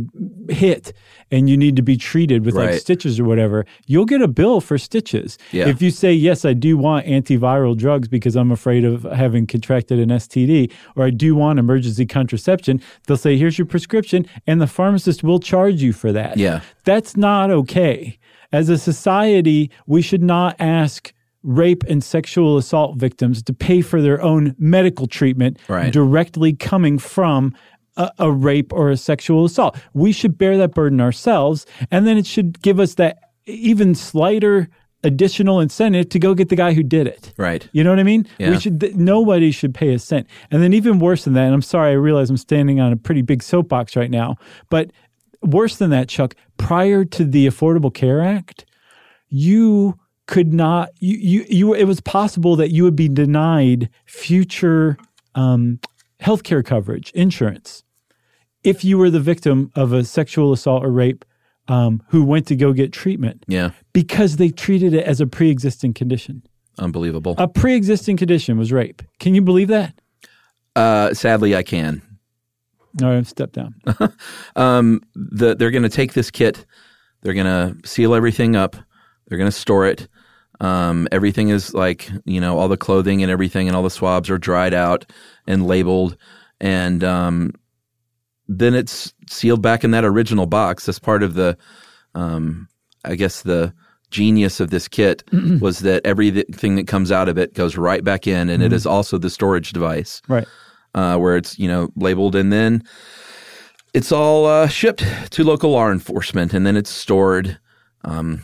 [SPEAKER 2] hit and you need to be treated with like
[SPEAKER 3] Right.
[SPEAKER 2] stitches or whatever. You'll get a bill for stitches.
[SPEAKER 3] Yeah.
[SPEAKER 2] If you say, yes, I do want antiviral drugs because I'm afraid of having contracted an STD, or I do want emergency contraception, they'll say, here's your prescription, and the pharmacist will charge you for that.
[SPEAKER 3] Yeah.
[SPEAKER 2] That's not okay. As a society, we should not ask rape and sexual assault victims to pay for their own medical treatment
[SPEAKER 3] Right.
[SPEAKER 2] directly coming from a, a rape or a sexual assault. We should bear that burden ourselves, and then it should give us that even slighter additional incentive to go get the guy who did it.
[SPEAKER 3] Right.
[SPEAKER 2] You know what I mean?
[SPEAKER 3] Yeah.
[SPEAKER 2] We should th- nobody should pay a cent. And then even worse than that, and I'm sorry, I realize I'm standing on a pretty big soapbox right now, but worse than that, Chuck, prior to the Affordable Care Act, you could not you you, you it was possible that you would be denied future um healthcare coverage, insurance if you were the victim of a sexual assault or rape um, who went to go get treatment
[SPEAKER 3] Yeah.
[SPEAKER 2] because they treated it as a pre-existing condition
[SPEAKER 3] Unbelievable.
[SPEAKER 2] a pre-existing condition was rape. Can you believe that?
[SPEAKER 3] Uh, sadly, I can.
[SPEAKER 2] All right, step down.
[SPEAKER 3] Um, the, they're going to take this kit. They're going to seal everything up. They're going to store it. Um, everything is like, you know, all the clothing and everything and all the swabs are dried out and labeled. And um, then it's sealed back in that original box. That's part of the, um, I guess, the genius of this kit was that everything that comes out of it goes right back in. And it is also the storage device
[SPEAKER 2] Right.
[SPEAKER 3] uh, where it's you know labeled and then it's all uh, shipped to local law enforcement and then it's stored um,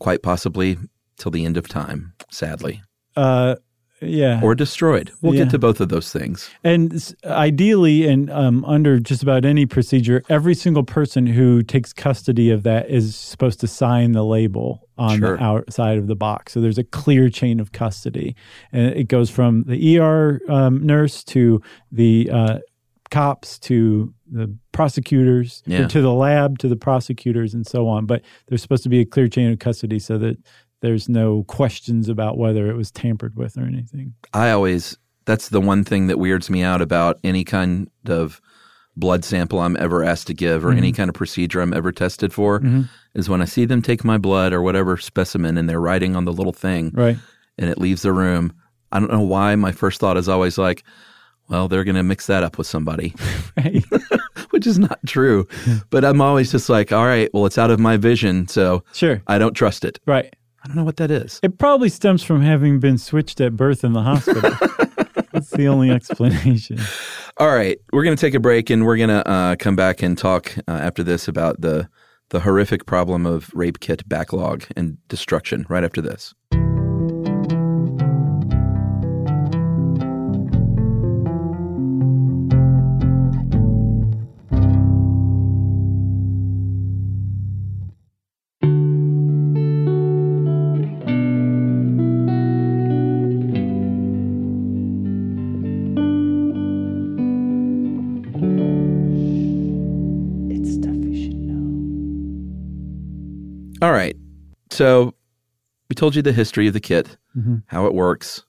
[SPEAKER 3] quite possibly till the end of time sadly
[SPEAKER 2] Uh, yeah.
[SPEAKER 3] or destroyed. We'll
[SPEAKER 2] Yeah.
[SPEAKER 3] get to both of those things.
[SPEAKER 2] And s- ideally, and um, under just about any procedure, every single person who takes custody of that is supposed to sign the label on
[SPEAKER 3] Sure.
[SPEAKER 2] the outside of the box. So there's a clear chain of custody. And it goes from the ER um, nurse to the uh, cops to the prosecutors or
[SPEAKER 3] Yeah.
[SPEAKER 2] to the lab to the prosecutors and so on. But there's supposed to be a clear chain of custody so that there's no questions about whether it was tampered with or anything.
[SPEAKER 3] I always that's the one thing that weirds me out about any kind of blood sample I'm ever asked to give or any kind of procedure I'm ever tested for is when I see them take my blood or whatever specimen and they're writing on the little thing
[SPEAKER 2] Right.
[SPEAKER 3] and it leaves the room. I don't know why my first thought is always like, well, they're going to mix that up with somebody,
[SPEAKER 2] Right.
[SPEAKER 3] which is not true. But I'm always just like, all right, well, it's out of my vision, so
[SPEAKER 2] sure.
[SPEAKER 3] I don't trust it.
[SPEAKER 2] Right.
[SPEAKER 3] I don't know what that is.
[SPEAKER 2] It probably stems from having been switched at birth in the hospital. That's the only explanation.
[SPEAKER 3] All right, we're going to take a break, and we're going to uh, come back and talk uh, after this about the the horrific problem of rape kit backlog and destruction. Right after this.
[SPEAKER 4] It's stuff you should know.
[SPEAKER 3] All right, so we told you the history of the kit,
[SPEAKER 2] Mhm.
[SPEAKER 3] how it works,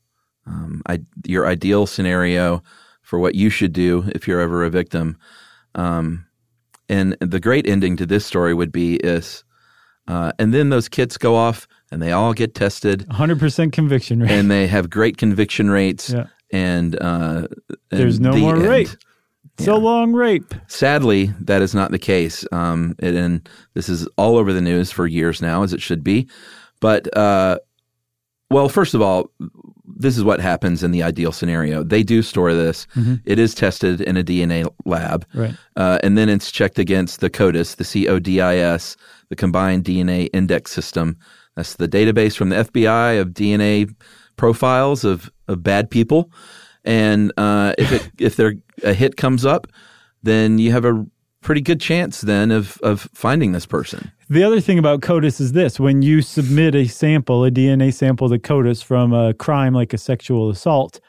[SPEAKER 3] um, I, your ideal scenario for what you should do if you're ever a victim, um, and the great ending to this story would be is, uh, and then those kits go off and they all get tested
[SPEAKER 2] 100% conviction rate.
[SPEAKER 3] and they have great conviction rates.
[SPEAKER 2] Yeah.
[SPEAKER 3] And, uh, and
[SPEAKER 2] There's no
[SPEAKER 3] the
[SPEAKER 2] more
[SPEAKER 3] end.
[SPEAKER 2] rape. So long rape.
[SPEAKER 3] Sadly, that is not the case. Um, and, and this is all over the news for years now, as it should be. But uh, well, first of all, this is what happens in the ideal scenario. They do store this. It is tested in a DNA lab,
[SPEAKER 2] Right.
[SPEAKER 3] uh, and then it's checked against the CODIS, the C O D I S, the Combined DNA Index System. That's the database from the FBI of DNA profiles of, of bad people. And uh, if it, if there a hit comes up, then you have a pretty good chance then of of finding this person.
[SPEAKER 2] The other thing about CODIS is this when you submit a sample, a DNA sample to CODIS from a crime like a sexual assault,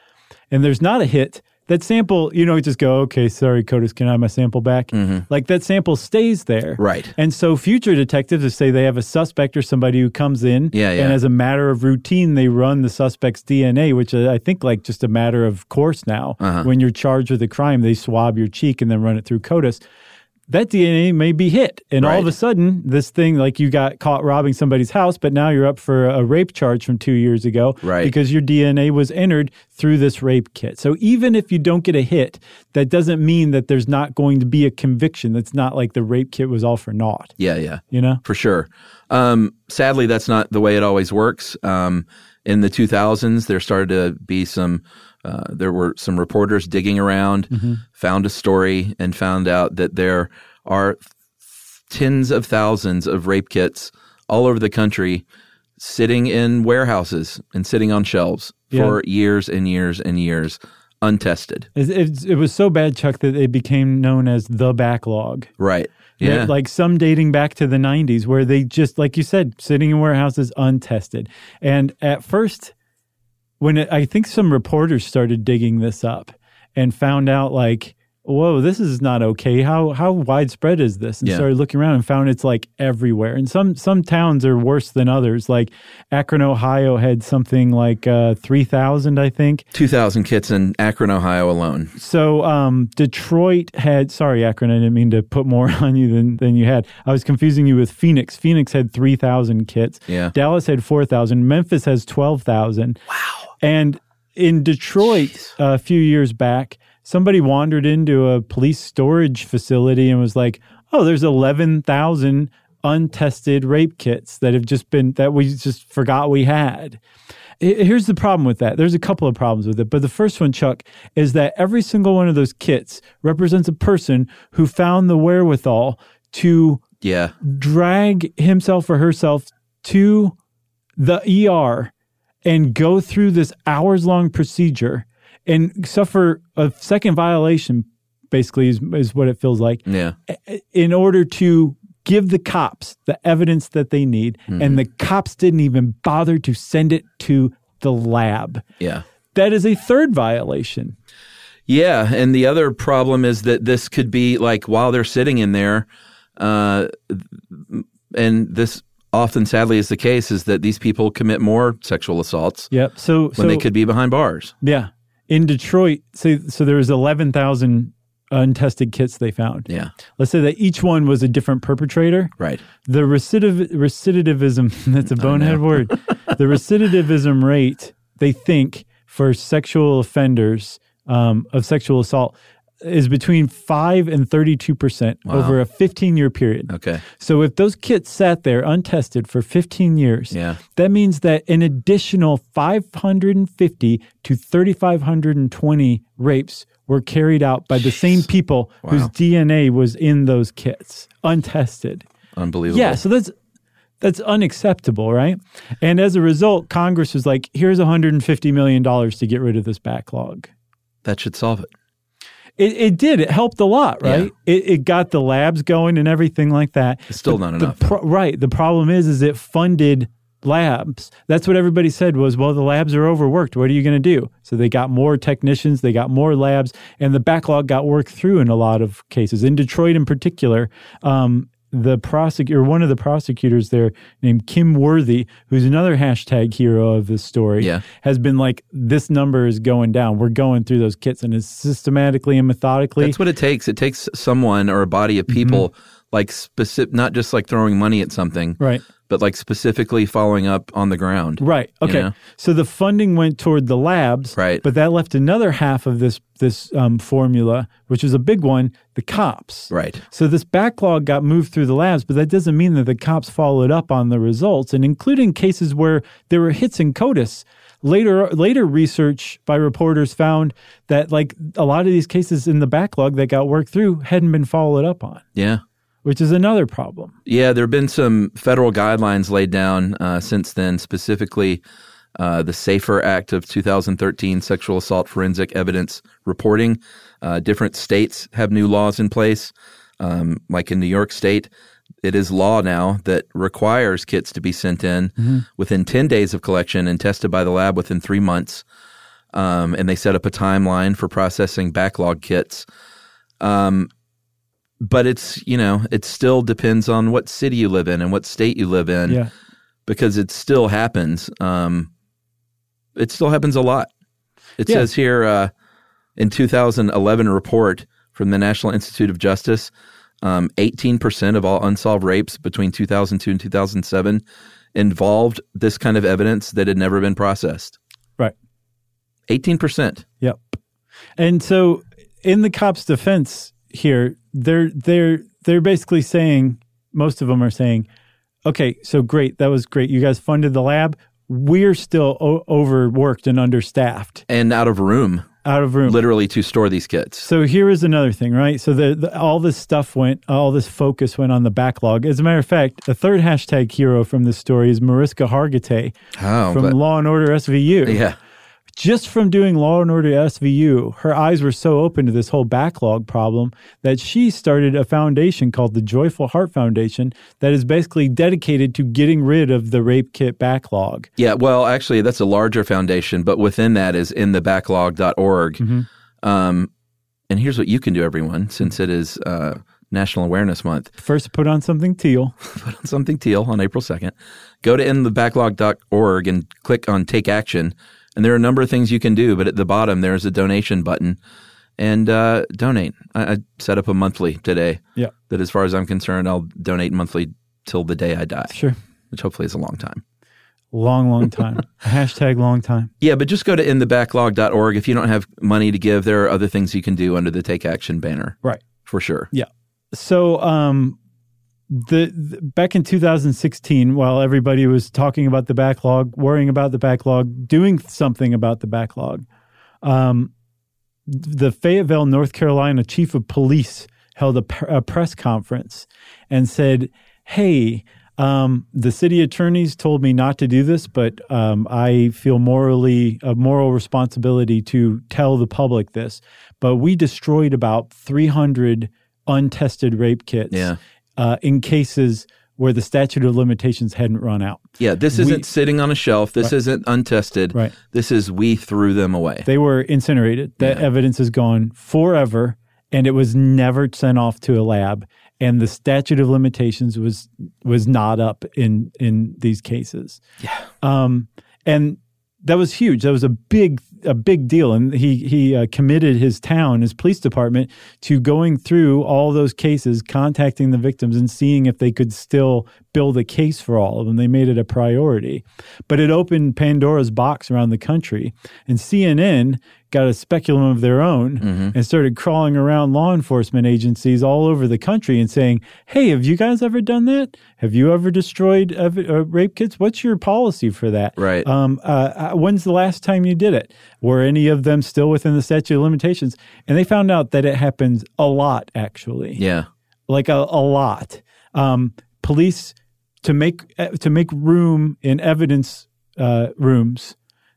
[SPEAKER 2] and there's not a hit, that sample, you know, just go, okay, sorry, CODIS, can I have my sample back? Like that sample stays there.
[SPEAKER 3] Mm-hmm. Right.
[SPEAKER 2] And so future detectives, if say they have a suspect or somebody who comes in,
[SPEAKER 3] Yeah, yeah.
[SPEAKER 2] and as a matter of routine, they run the suspect's DNA, which uh, I think like just a matter of course now.
[SPEAKER 3] Uh-huh.
[SPEAKER 2] When you're charged with a crime, they swab your cheek and then run it through CODIS. That DNA may be hit. And all of a
[SPEAKER 3] Right.
[SPEAKER 2] sudden, this thing like you got caught robbing somebody's house, but now you're up for a rape charge from two years ago
[SPEAKER 3] Right.
[SPEAKER 2] because your DNA was entered through this rape kit. So even if you don't get a hit, that doesn't mean that there's not going to be a conviction. That's not like the rape kit was all for naught,
[SPEAKER 3] Yeah, yeah.
[SPEAKER 2] you know?
[SPEAKER 3] for sure. Um, sadly, that's not the way it always works. Um, in the 2000s, there started to be some. Uh, there were some reporters digging around, found a story, and found out that there are tens of thousands of rape kits all over the country, sitting in warehouses and sitting on shelves
[SPEAKER 2] Yeah.
[SPEAKER 3] for years and years and years, untested.
[SPEAKER 2] It, it, it was so bad, Chuck, that it became known as the backlog.
[SPEAKER 3] Right?
[SPEAKER 2] That,
[SPEAKER 3] Yeah.
[SPEAKER 2] like some dating back to the 90s, where they just, like you said, sitting in warehouses untested. And at first, when it, I think some reporters started digging this up and found out, like, whoa, this is not okay. How how widespread is this? And
[SPEAKER 3] Yeah.
[SPEAKER 2] started looking around and found it's like everywhere. And some some towns are worse than others. Like Akron, Ohio had something like uh, 3,000, I think.
[SPEAKER 3] 2,000 kits in Akron, Ohio alone.
[SPEAKER 2] So um, Detroit had sorry Akron, I didn't mean to put more on you than than you had. I was confusing you with Phoenix. Phoenix had three thousand kits.
[SPEAKER 3] Yeah.
[SPEAKER 2] Dallas had four thousand. Memphis has twelve thousand. Wow. And in Detroit, a few years back, somebody wandered into a police storage facility and was like, "Oh, there's eleven thousand untested rape kits that have just been that we just forgot we had." H- Here's the problem with that. There's a couple of problems with it, but the first one, Chuck, is that every single one of those kits represents a person who found the wherewithal to
[SPEAKER 3] Yeah.
[SPEAKER 2] drag himself or herself to the ER and go through this hours long procedure and suffer a second violation, basically, is, is what it feels like
[SPEAKER 3] Yeah.
[SPEAKER 2] in order to give the cops the evidence that they need.
[SPEAKER 3] Hmm.
[SPEAKER 2] And the cops didn't even bother to send it to the lab.
[SPEAKER 3] Yeah.
[SPEAKER 2] That is a third violation.
[SPEAKER 3] Yeah, and the other problem is that this could be like while they're sitting in there, uh, and this often sadly is the case is that these people commit more sexual assaults
[SPEAKER 2] Yep. So,
[SPEAKER 3] when they could be behind bars.
[SPEAKER 2] yeah. In Detroit, so, so there was 11,000 untested kits they found.
[SPEAKER 3] Yeah,
[SPEAKER 2] Let's say that each one was a different perpetrator.
[SPEAKER 3] right.
[SPEAKER 2] The recidiv- recidivism, that's a bonehead word. The recidivism rate, they think, for sexual offenders um, of sexual assault is between 5 and 32% over a 15 year period.
[SPEAKER 3] Okay.
[SPEAKER 2] So if those kits sat there untested for 15 years,
[SPEAKER 3] Yeah.
[SPEAKER 2] that means that an additional 550 to 3,520 rapes were carried out by the same people whose DNA was in those kits, untested.
[SPEAKER 3] Unbelievable.
[SPEAKER 2] Yeah, so that's that's unacceptable, right? And as a result, Congress was like, "Here's 150 million dollars to get rid of this backlog."
[SPEAKER 3] That should solve it.
[SPEAKER 2] It, it did. It helped a lot, right? It, it got the labs going and everything like that.
[SPEAKER 3] It's still not
[SPEAKER 2] The
[SPEAKER 3] enough.
[SPEAKER 2] pro- right. The problem is, is it funded labs. That's what everybody said was, well, the labs are overworked. What are you going to do? So they got more technicians, they got more labs, and the backlog got worked through in a lot of cases. In Detroit, in particular, um, the prosecutor, one of the prosecutors there, named Kim Worthy, who's another hashtag hero of this story,
[SPEAKER 3] Yeah.
[SPEAKER 2] has been like, "This number is going down. We're going through those kits, and it's systematically and methodically."
[SPEAKER 3] That's what it takes. It takes someone or a body
[SPEAKER 2] Mm-hmm.
[SPEAKER 3] of people like specific, not just like throwing money at something,
[SPEAKER 2] right.
[SPEAKER 3] but like specifically following up on the ground.
[SPEAKER 2] Right.
[SPEAKER 3] you
[SPEAKER 2] Okay.
[SPEAKER 3] know?
[SPEAKER 2] So the funding went toward the labs,
[SPEAKER 3] Right.
[SPEAKER 2] But that left another half of this this um, formula, which is a big one, the cops.
[SPEAKER 3] Right.
[SPEAKER 2] So this backlog got moved through the labs, but that doesn't mean that the cops followed up on the results, and including cases where there were hits in CODIS. Later, later research by reporters found that like a lot of these cases in the backlog that got worked through hadn't been followed up on,
[SPEAKER 3] Yeah.
[SPEAKER 2] which is another problem.
[SPEAKER 3] Yeah, there have been some federal guidelines laid down uh, since then, specifically uh, the SAFER Act of 2013, Sexual Assault Forensic Evidence Reporting. Uh, different states have new laws in place. Um, like in New York State, it is law now that requires kits to be sent in within 10 days of collection and tested by the lab within three months. Um, and they set up a timeline for processing backlog kits Um, but it's you know it still depends on what city you live in and what state you live in
[SPEAKER 2] yeah.
[SPEAKER 3] because it still happens um it still happens a lot it
[SPEAKER 2] Yeah.
[SPEAKER 3] says here uh in 2011 report from the national institute of justice um, 18% of all unsolved rapes between 2002 and 2007 involved this kind of evidence that had never been processed
[SPEAKER 2] Right.
[SPEAKER 3] 18%
[SPEAKER 2] Yep. And so in the cops' defense here, they're they're they're basically saying most of them are saying, "Okay, so great, that was great. You guys funded the lab. We're still o- overworked and understaffed,
[SPEAKER 3] and out of room
[SPEAKER 2] out of room."
[SPEAKER 3] literally to store these kits
[SPEAKER 2] So here is another thing, right? So the, the, all this stuff went, all this focus went on the backlog. As a matter of fact, a third hashtag hero from this story is Mariska Hargitay
[SPEAKER 3] oh
[SPEAKER 2] from
[SPEAKER 3] but-
[SPEAKER 2] Law and Order SVU
[SPEAKER 3] yeah
[SPEAKER 2] just from doing Law and Order SVU, her eyes were so open to this whole backlog problem that she started a foundation called the Joyful Heart Foundation that is basically dedicated to getting rid of the rape kit backlog.
[SPEAKER 3] Yeah, well, actually, that's a larger foundation, but within that is in the backlog.org.
[SPEAKER 2] Mm-hmm.
[SPEAKER 3] Um, and here's what you can do, everyone, since it is uh, National Awareness Month.
[SPEAKER 2] First, put on something teal.
[SPEAKER 3] Put on something teal on April 2nd. Go to inthebacklog.org and click on Take Action. And there are a number of things you can do, but at the bottom, there's a donation button. And uh, donate. I, I set up a monthly today
[SPEAKER 2] Yeah,
[SPEAKER 3] that, as far as I'm concerned, I'll donate monthly till the day I die,
[SPEAKER 2] sure.
[SPEAKER 3] which hopefully is a long time.
[SPEAKER 2] Long, long time. Hashtag long time.
[SPEAKER 3] Yeah, but just go to inthebacklog.org. If you don't have money to give, there are other things you can do under the Take Action banner
[SPEAKER 2] Right.
[SPEAKER 3] for sure.
[SPEAKER 2] Yeah. So, um, the, the- back in 2016, while everybody was talking about the backlog, worrying about the backlog, doing something about the backlog, um, the Fayetteville, North Carolina chief of police held a, pr- a press conference and said, "Hey, Um, the city attorneys told me not to do this, but um, I feel morally a moral responsibility to tell the public this. But we destroyed about 300 untested rape kits
[SPEAKER 3] Yeah.
[SPEAKER 2] uh, in cases where the statute of limitations hadn't run out.
[SPEAKER 3] Yeah, this isn't sitting on a shelf. This isn't untested.
[SPEAKER 2] Right.
[SPEAKER 3] This is we threw them away.
[SPEAKER 2] They were incinerated. That evidence is gone forever, and it was never sent off to a lab. And the statute of limitations was was not up in in these cases. Yeah. Um, and that was huge. That was a big a big deal. And he he uh, committed his town, his police department, to going through all those cases, contacting the victims, and seeing if they could still build a case for all of them. They made it a priority, but it opened Pandora's box around the country, and CNN got a speculum of their own and started crawling around law enforcement agencies all over the country and saying, "Hey, have you guys ever done that? Have you ever destroyed ev- uh, rape kits? What's your policy for that?"
[SPEAKER 3] Right.
[SPEAKER 2] um, uh, uh, when's the last time you did it? Were any of them still within the statute of limitations? And they found out that it happens a lot, actually,
[SPEAKER 3] Yeah.
[SPEAKER 2] like a, a lot. Um, police to make eh, to make room in evidence uh, rooms,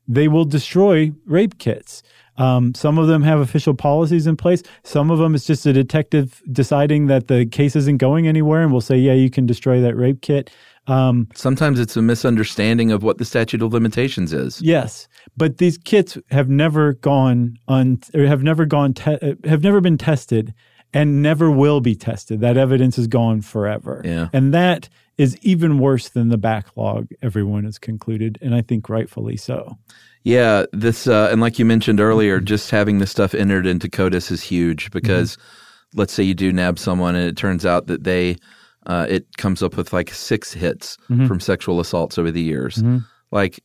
[SPEAKER 2] they will destroy rape kits. Um, some of them have official policies in place. Some of them it's just a detective deciding that the case isn't going anywhere, and will say, "Yeah, you can destroy that rape kit." Um,
[SPEAKER 3] Sometimes it's a misunderstanding of what the statute of limitations is.
[SPEAKER 2] Yes, but these kits have never gone on, or have never gone, te- uh, have never been tested, and never will be tested. That evidence is gone forever.
[SPEAKER 3] Yeah.
[SPEAKER 2] and that is even worse than the backlog. Everyone has concluded, and I think rightfully so.
[SPEAKER 3] Yeah, this uh, and like you mentioned earlier, just having this stuff entered into CODIS is huge because let's say you do nab someone and it turns out that they uh, it comes up with like six hits from sexual assaults over the years. Like,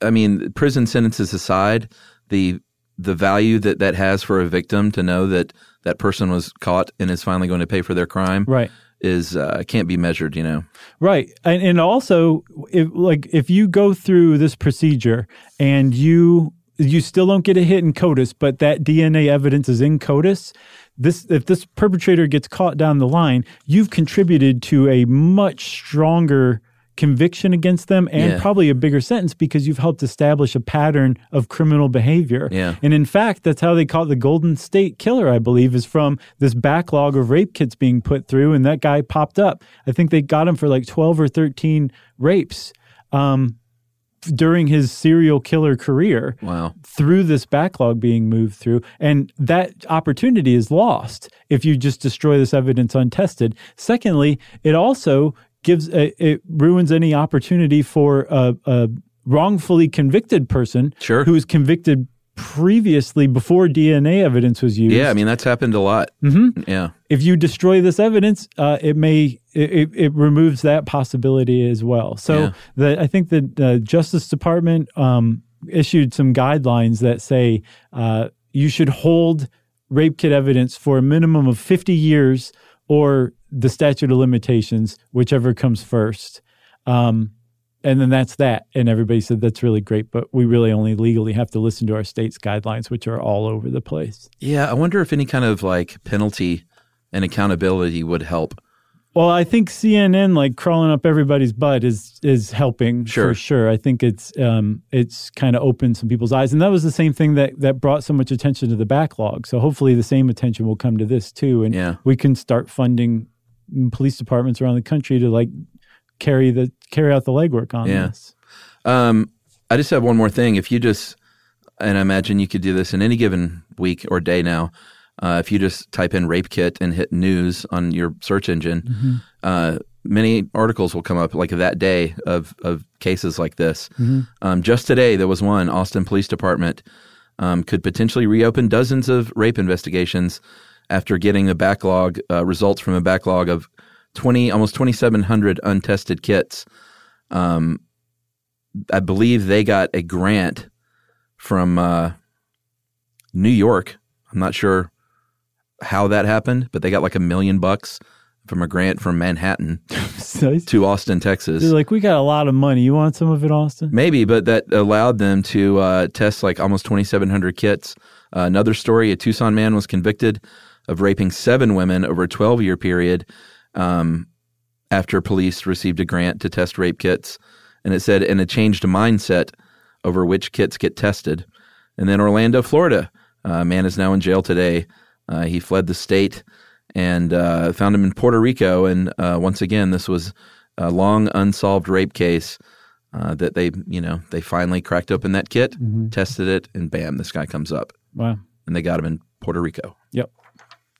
[SPEAKER 3] I mean, prison sentences aside, the the value that that has for a victim to know that that person was caught and is finally going to pay for their crime
[SPEAKER 2] Right.
[SPEAKER 3] is uh, can't be measured. You know,
[SPEAKER 2] Right, and and also, if, like if you go through this procedure and you you still don't get a hit in CODIS, but that DNA evidence is in CODIS. This if this perpetrator gets caught down the line, you've contributed to a much stronger conviction against them and
[SPEAKER 3] Yeah.
[SPEAKER 2] probably a bigger sentence because you've helped establish a pattern of criminal behavior.
[SPEAKER 3] Yeah.
[SPEAKER 2] And in fact, that's how they caught the Golden State Killer, I believe, is from this backlog of rape kits being put through, and that guy popped up. I think they got him for like 12 or 13 rapes um, f- during his serial killer career
[SPEAKER 3] wow.
[SPEAKER 2] through this backlog being moved through. And that opportunity is lost if you just destroy this evidence untested. Secondly, it also gives a, it ruins any opportunity for a, a wrongfully convicted person
[SPEAKER 3] Sure.
[SPEAKER 2] who was convicted previously before DNA evidence was used.
[SPEAKER 3] Yeah, I mean that's happened a lot. Mm-hmm. Yeah.
[SPEAKER 2] if you destroy this evidence, uh, it may it, it- it removes that possibility as well. So
[SPEAKER 3] Yeah.
[SPEAKER 2] the, I think the uh, Justice Department um, issued some guidelines that say uh, you should hold rape kit evidence for a minimum of 50 years or the statute of limitations, whichever comes first. Um, and then that's that. And everybody said, that's really great, but we really only legally have to listen to our state's guidelines, which are all over the place.
[SPEAKER 3] Yeah, I wonder if any kind of like penalty and accountability would help.
[SPEAKER 2] Well, I think CNN like crawling up everybody's butt is is helping
[SPEAKER 3] Sure.
[SPEAKER 2] for sure. I think it's um it's kind of opened some people's eyes, and that was the same thing that that brought so much attention to the backlog. So hopefully, the same attention will come to this too, and
[SPEAKER 3] Yeah.
[SPEAKER 2] we can start funding police departments around the country to like carry the carry out the legwork on
[SPEAKER 3] Yeah.
[SPEAKER 2] this.
[SPEAKER 3] Um, I just have one more thing. If you just, and I imagine you could do this in any given week or day now, uh, if you just type in rape kit and hit news on your search engine, uh, many articles will come up like that day of, of cases like this. Um, just today, there was one Austin Police Department um, could potentially reopen dozens of rape investigations after getting a backlog, uh, results from a backlog of 20, almost 2,700 untested kits. I believe they got a grant from uh, New York. I'm not sure how that happened, but they got like a million bucks from a grant from Manhattan
[SPEAKER 2] So it's-
[SPEAKER 3] to Austin, Texas.
[SPEAKER 2] they're like, we got a lot of money. You want some of it, Austin?
[SPEAKER 3] Maybe, but that allowed them to uh, test like almost 2,700 kits. Uh, another story a Tucson man was convicted of raping seven women over a 12 year period. Um, after police received a grant to test rape kits. And it said, and a changed mindset over which kits get tested. And then Orlando, Florida. Uh, a man is now in jail today. Uh, he fled the state and uh, found him in Puerto Rico. And uh, once again, this was a long unsolved rape case uh, that they, you know, they finally cracked open that kit, tested it, and bam, this guy comes up.
[SPEAKER 2] Wow.
[SPEAKER 3] And they got him in Puerto Rico.
[SPEAKER 2] Yep.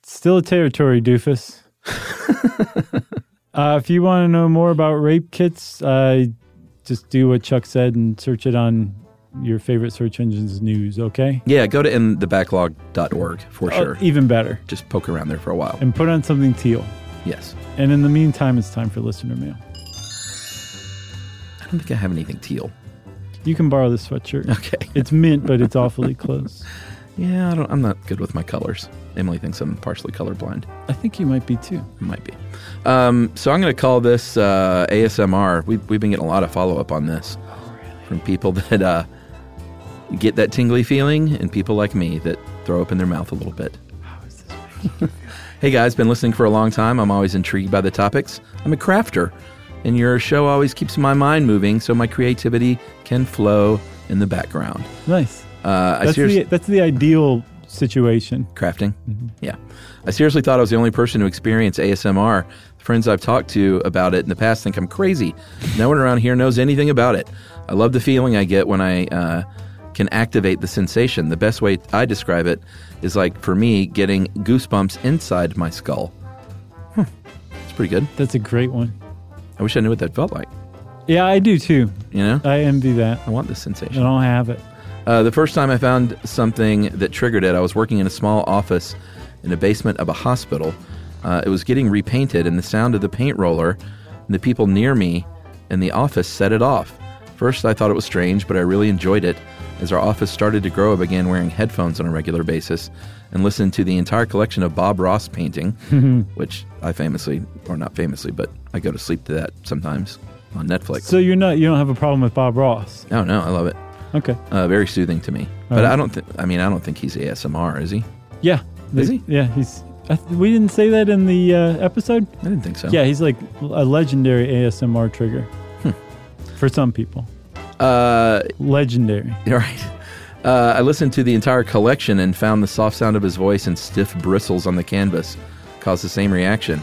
[SPEAKER 2] Still a territory, doofus. uh, if you want to know more about rape kits, uh, just do what Chuck said and search it on your favorite search engine's news, okay?
[SPEAKER 3] Yeah, go to inthebacklog.org for sure.
[SPEAKER 2] Oh, even better.
[SPEAKER 3] Just poke around there for a while.
[SPEAKER 2] And put on something teal.
[SPEAKER 3] Yes.
[SPEAKER 2] And in the meantime, it's time for listener mail.
[SPEAKER 3] I don't think I have anything teal.
[SPEAKER 2] You can borrow this sweatshirt.
[SPEAKER 3] Okay.
[SPEAKER 2] It's mint, but it's awfully close.
[SPEAKER 3] Yeah, I don't, I'm not good with my colors. Emily thinks I'm partially colorblind.
[SPEAKER 2] I think you might be too.
[SPEAKER 3] It might be. Um, so I'm going to call this uh, ASMR. We, we've been getting a lot of follow up on this from people that uh, get that tingly feeling and people like me that throw up in their mouth a little bit. hey guys, been listening for a long time. I'm always intrigued by the topics. I'm a crafter, and your show always keeps my mind moving so my creativity can flow in the background.
[SPEAKER 2] Nice.
[SPEAKER 3] Uh, I
[SPEAKER 2] That's
[SPEAKER 3] seriously.
[SPEAKER 2] the, that's the ideal situation.
[SPEAKER 3] crafting. Yeah. I seriously thought I was the only person to experience ASMR. The friends I've talked to about it in the past think I'm crazy. No one around here knows anything about it. I love the feeling I get when I uh, can activate the sensation. The best way I describe it is like, for me, getting goosebumps inside my skull. Hmm. It's pretty good.
[SPEAKER 2] That's a great one.
[SPEAKER 3] I wish I knew what that felt like.
[SPEAKER 2] Yeah, I do too.
[SPEAKER 3] You know?
[SPEAKER 2] I envy that.
[SPEAKER 3] I want this
[SPEAKER 2] Uh, I
[SPEAKER 3] sensation.
[SPEAKER 2] don't have it.
[SPEAKER 3] Uh, the first time I found something that triggered it, I was working in a small office in a basement of a hospital. Uh, it was getting repainted, and the sound of the paint roller and the people near me in the office set it off. First, I thought it was strange, but I really enjoyed it. As our office started to grow, I began wearing headphones on a regular basis and listened to the entire collection of Bob Ross painting, which I famously, or not famously, but I go to sleep to that sometimes on Netflix.
[SPEAKER 2] So you're not you don't have a problem with Bob Ross.
[SPEAKER 3] oh no, I love it.
[SPEAKER 2] Okay.
[SPEAKER 3] Uh, very soothing to me. But
[SPEAKER 2] Alright.
[SPEAKER 3] I don't think. I mean, I don't think he's ASMR, is he?
[SPEAKER 2] Yeah.
[SPEAKER 3] Is
[SPEAKER 2] The-
[SPEAKER 3] he?
[SPEAKER 2] Yeah, he's I, th- we didn't say that in the uh, episode.
[SPEAKER 3] I didn't think so.
[SPEAKER 2] Yeah, he's like a legendary ASMR trigger.
[SPEAKER 3] Hmm.
[SPEAKER 2] For some people.
[SPEAKER 3] Uh,
[SPEAKER 2] Legendary.
[SPEAKER 3] all right. Uh, I listened to the entire collection and found the soft sound of his voice and stiff bristles on the canvas caused the same reaction.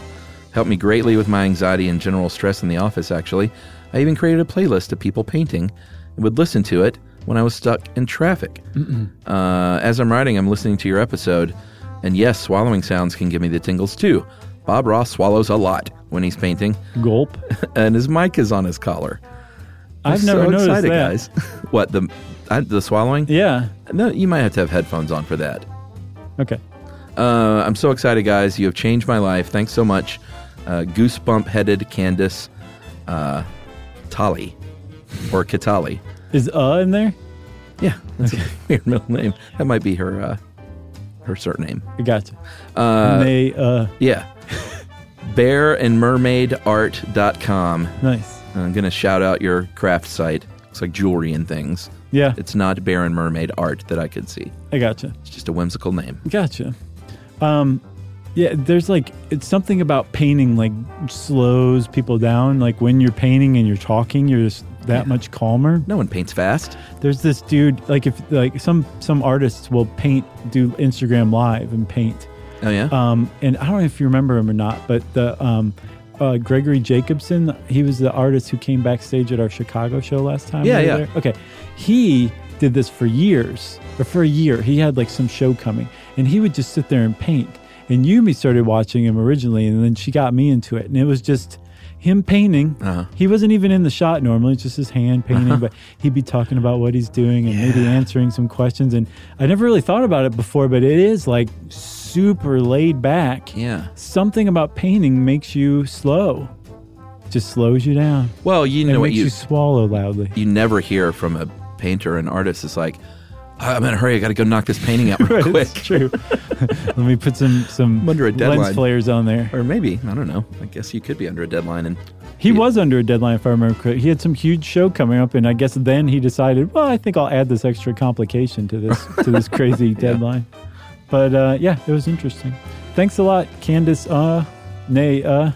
[SPEAKER 3] Helped me greatly with my anxiety and general stress in the office, actually. I even created a playlist of people painting and would listen to it when I was stuck in traffic. Uh, as I'm writing, I'm listening to your episode, and yes, swallowing sounds can give me the tingles too. Bob Ross swallows a lot when he's painting.
[SPEAKER 2] Gulp.
[SPEAKER 3] and his mic is on his collar. I'm
[SPEAKER 2] I've never
[SPEAKER 3] so
[SPEAKER 2] noticed
[SPEAKER 3] excited,
[SPEAKER 2] that.
[SPEAKER 3] guys. what the I, the swallowing?
[SPEAKER 2] Yeah.
[SPEAKER 3] No, you might have to have headphones on for that.
[SPEAKER 2] Okay.
[SPEAKER 3] Uh, I'm so excited, guys. You have changed my life. Thanks so much, uh, goosebump headed Candace uh, Tali or Katali.
[SPEAKER 2] Is uh in there?
[SPEAKER 3] Yeah, that's a weird middle name. That might be her uh, her surname.
[SPEAKER 2] I gotcha.
[SPEAKER 3] Uh,
[SPEAKER 2] and they uh
[SPEAKER 3] Yeah. Bear and mermaidart.com.
[SPEAKER 2] nice.
[SPEAKER 3] I'm going to shout out your craft site. It's like jewelry and things.
[SPEAKER 2] Yeah.
[SPEAKER 3] It's not Bear and Mermaid art that I could see.
[SPEAKER 2] I gotcha.
[SPEAKER 3] It's just a whimsical name.
[SPEAKER 2] Gotcha. Um, yeah, there's like it's something about painting like slows people down. Like when you're painting and you're talking, you're just that much calmer.
[SPEAKER 3] No one paints fast.
[SPEAKER 2] There's this dude like if like some some artists will paint do Instagram live and paint.
[SPEAKER 3] Oh yeah.
[SPEAKER 2] Um, and I don't know if you remember him or not, but the um, uh, Gregory Jacobson, he was the artist who came backstage at our Chicago show last time.
[SPEAKER 3] Yeah,
[SPEAKER 2] we were
[SPEAKER 3] yeah.
[SPEAKER 2] there. Okay, he did this for years, or for a year. He had like some show coming, and he would just sit there and paint. And Yumi started watching him originally, and then she got me into it, and it was just. Him painting.
[SPEAKER 3] Uh-huh.
[SPEAKER 2] He wasn't even in the shot normally, it's just his hand painting, but he'd be talking about what he's doing and maybe answering some questions. And I never really thought about it before, but it is like super laid back
[SPEAKER 3] yeah.
[SPEAKER 2] something about painting makes you slow. Just slows you down.
[SPEAKER 3] Well, you
[SPEAKER 2] it
[SPEAKER 3] know what
[SPEAKER 2] makes you,
[SPEAKER 3] you
[SPEAKER 2] swallow loudly.
[SPEAKER 3] you never hear from a painter and artist is like, "Ah, I'm in a hurry. I got to go knock this painting out real
[SPEAKER 2] Right,
[SPEAKER 3] quick.
[SPEAKER 2] It's true. Let me put some some
[SPEAKER 3] I'm under a deadline.
[SPEAKER 2] lens flares on there.
[SPEAKER 3] Or maybe I don't know. I guess you could be under a deadline and
[SPEAKER 2] He
[SPEAKER 3] Yeah.
[SPEAKER 2] was under a deadline, if I remember correctly. He had some huge show coming up, and I guess then he decided, well, I think I'll add this extra complication to this to this crazy deadline. But uh, yeah, it was interesting. Thanks a lot, Candace. Uh, nay, uh,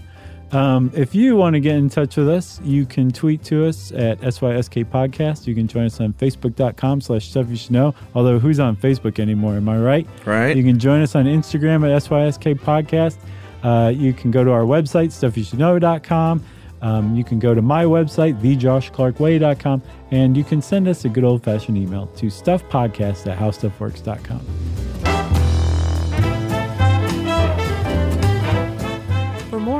[SPEAKER 2] Um, if you want to get in touch with us, you can tweet to us at SYSK Podcast. You can join us on Facebook.com slash Stuff You Should Know. Although, who's on Facebook anymore? Am I right?
[SPEAKER 3] Right.
[SPEAKER 2] You can join us on Instagram at SYSK Podcast. Uh, you can go to our website, stuffyoushouldknow.com. Um, you can go to my website, thejoshclarkway.com. And you can send us a good old fashioned email to stuffpodcast at howstuffworks.com.
[SPEAKER 1] For more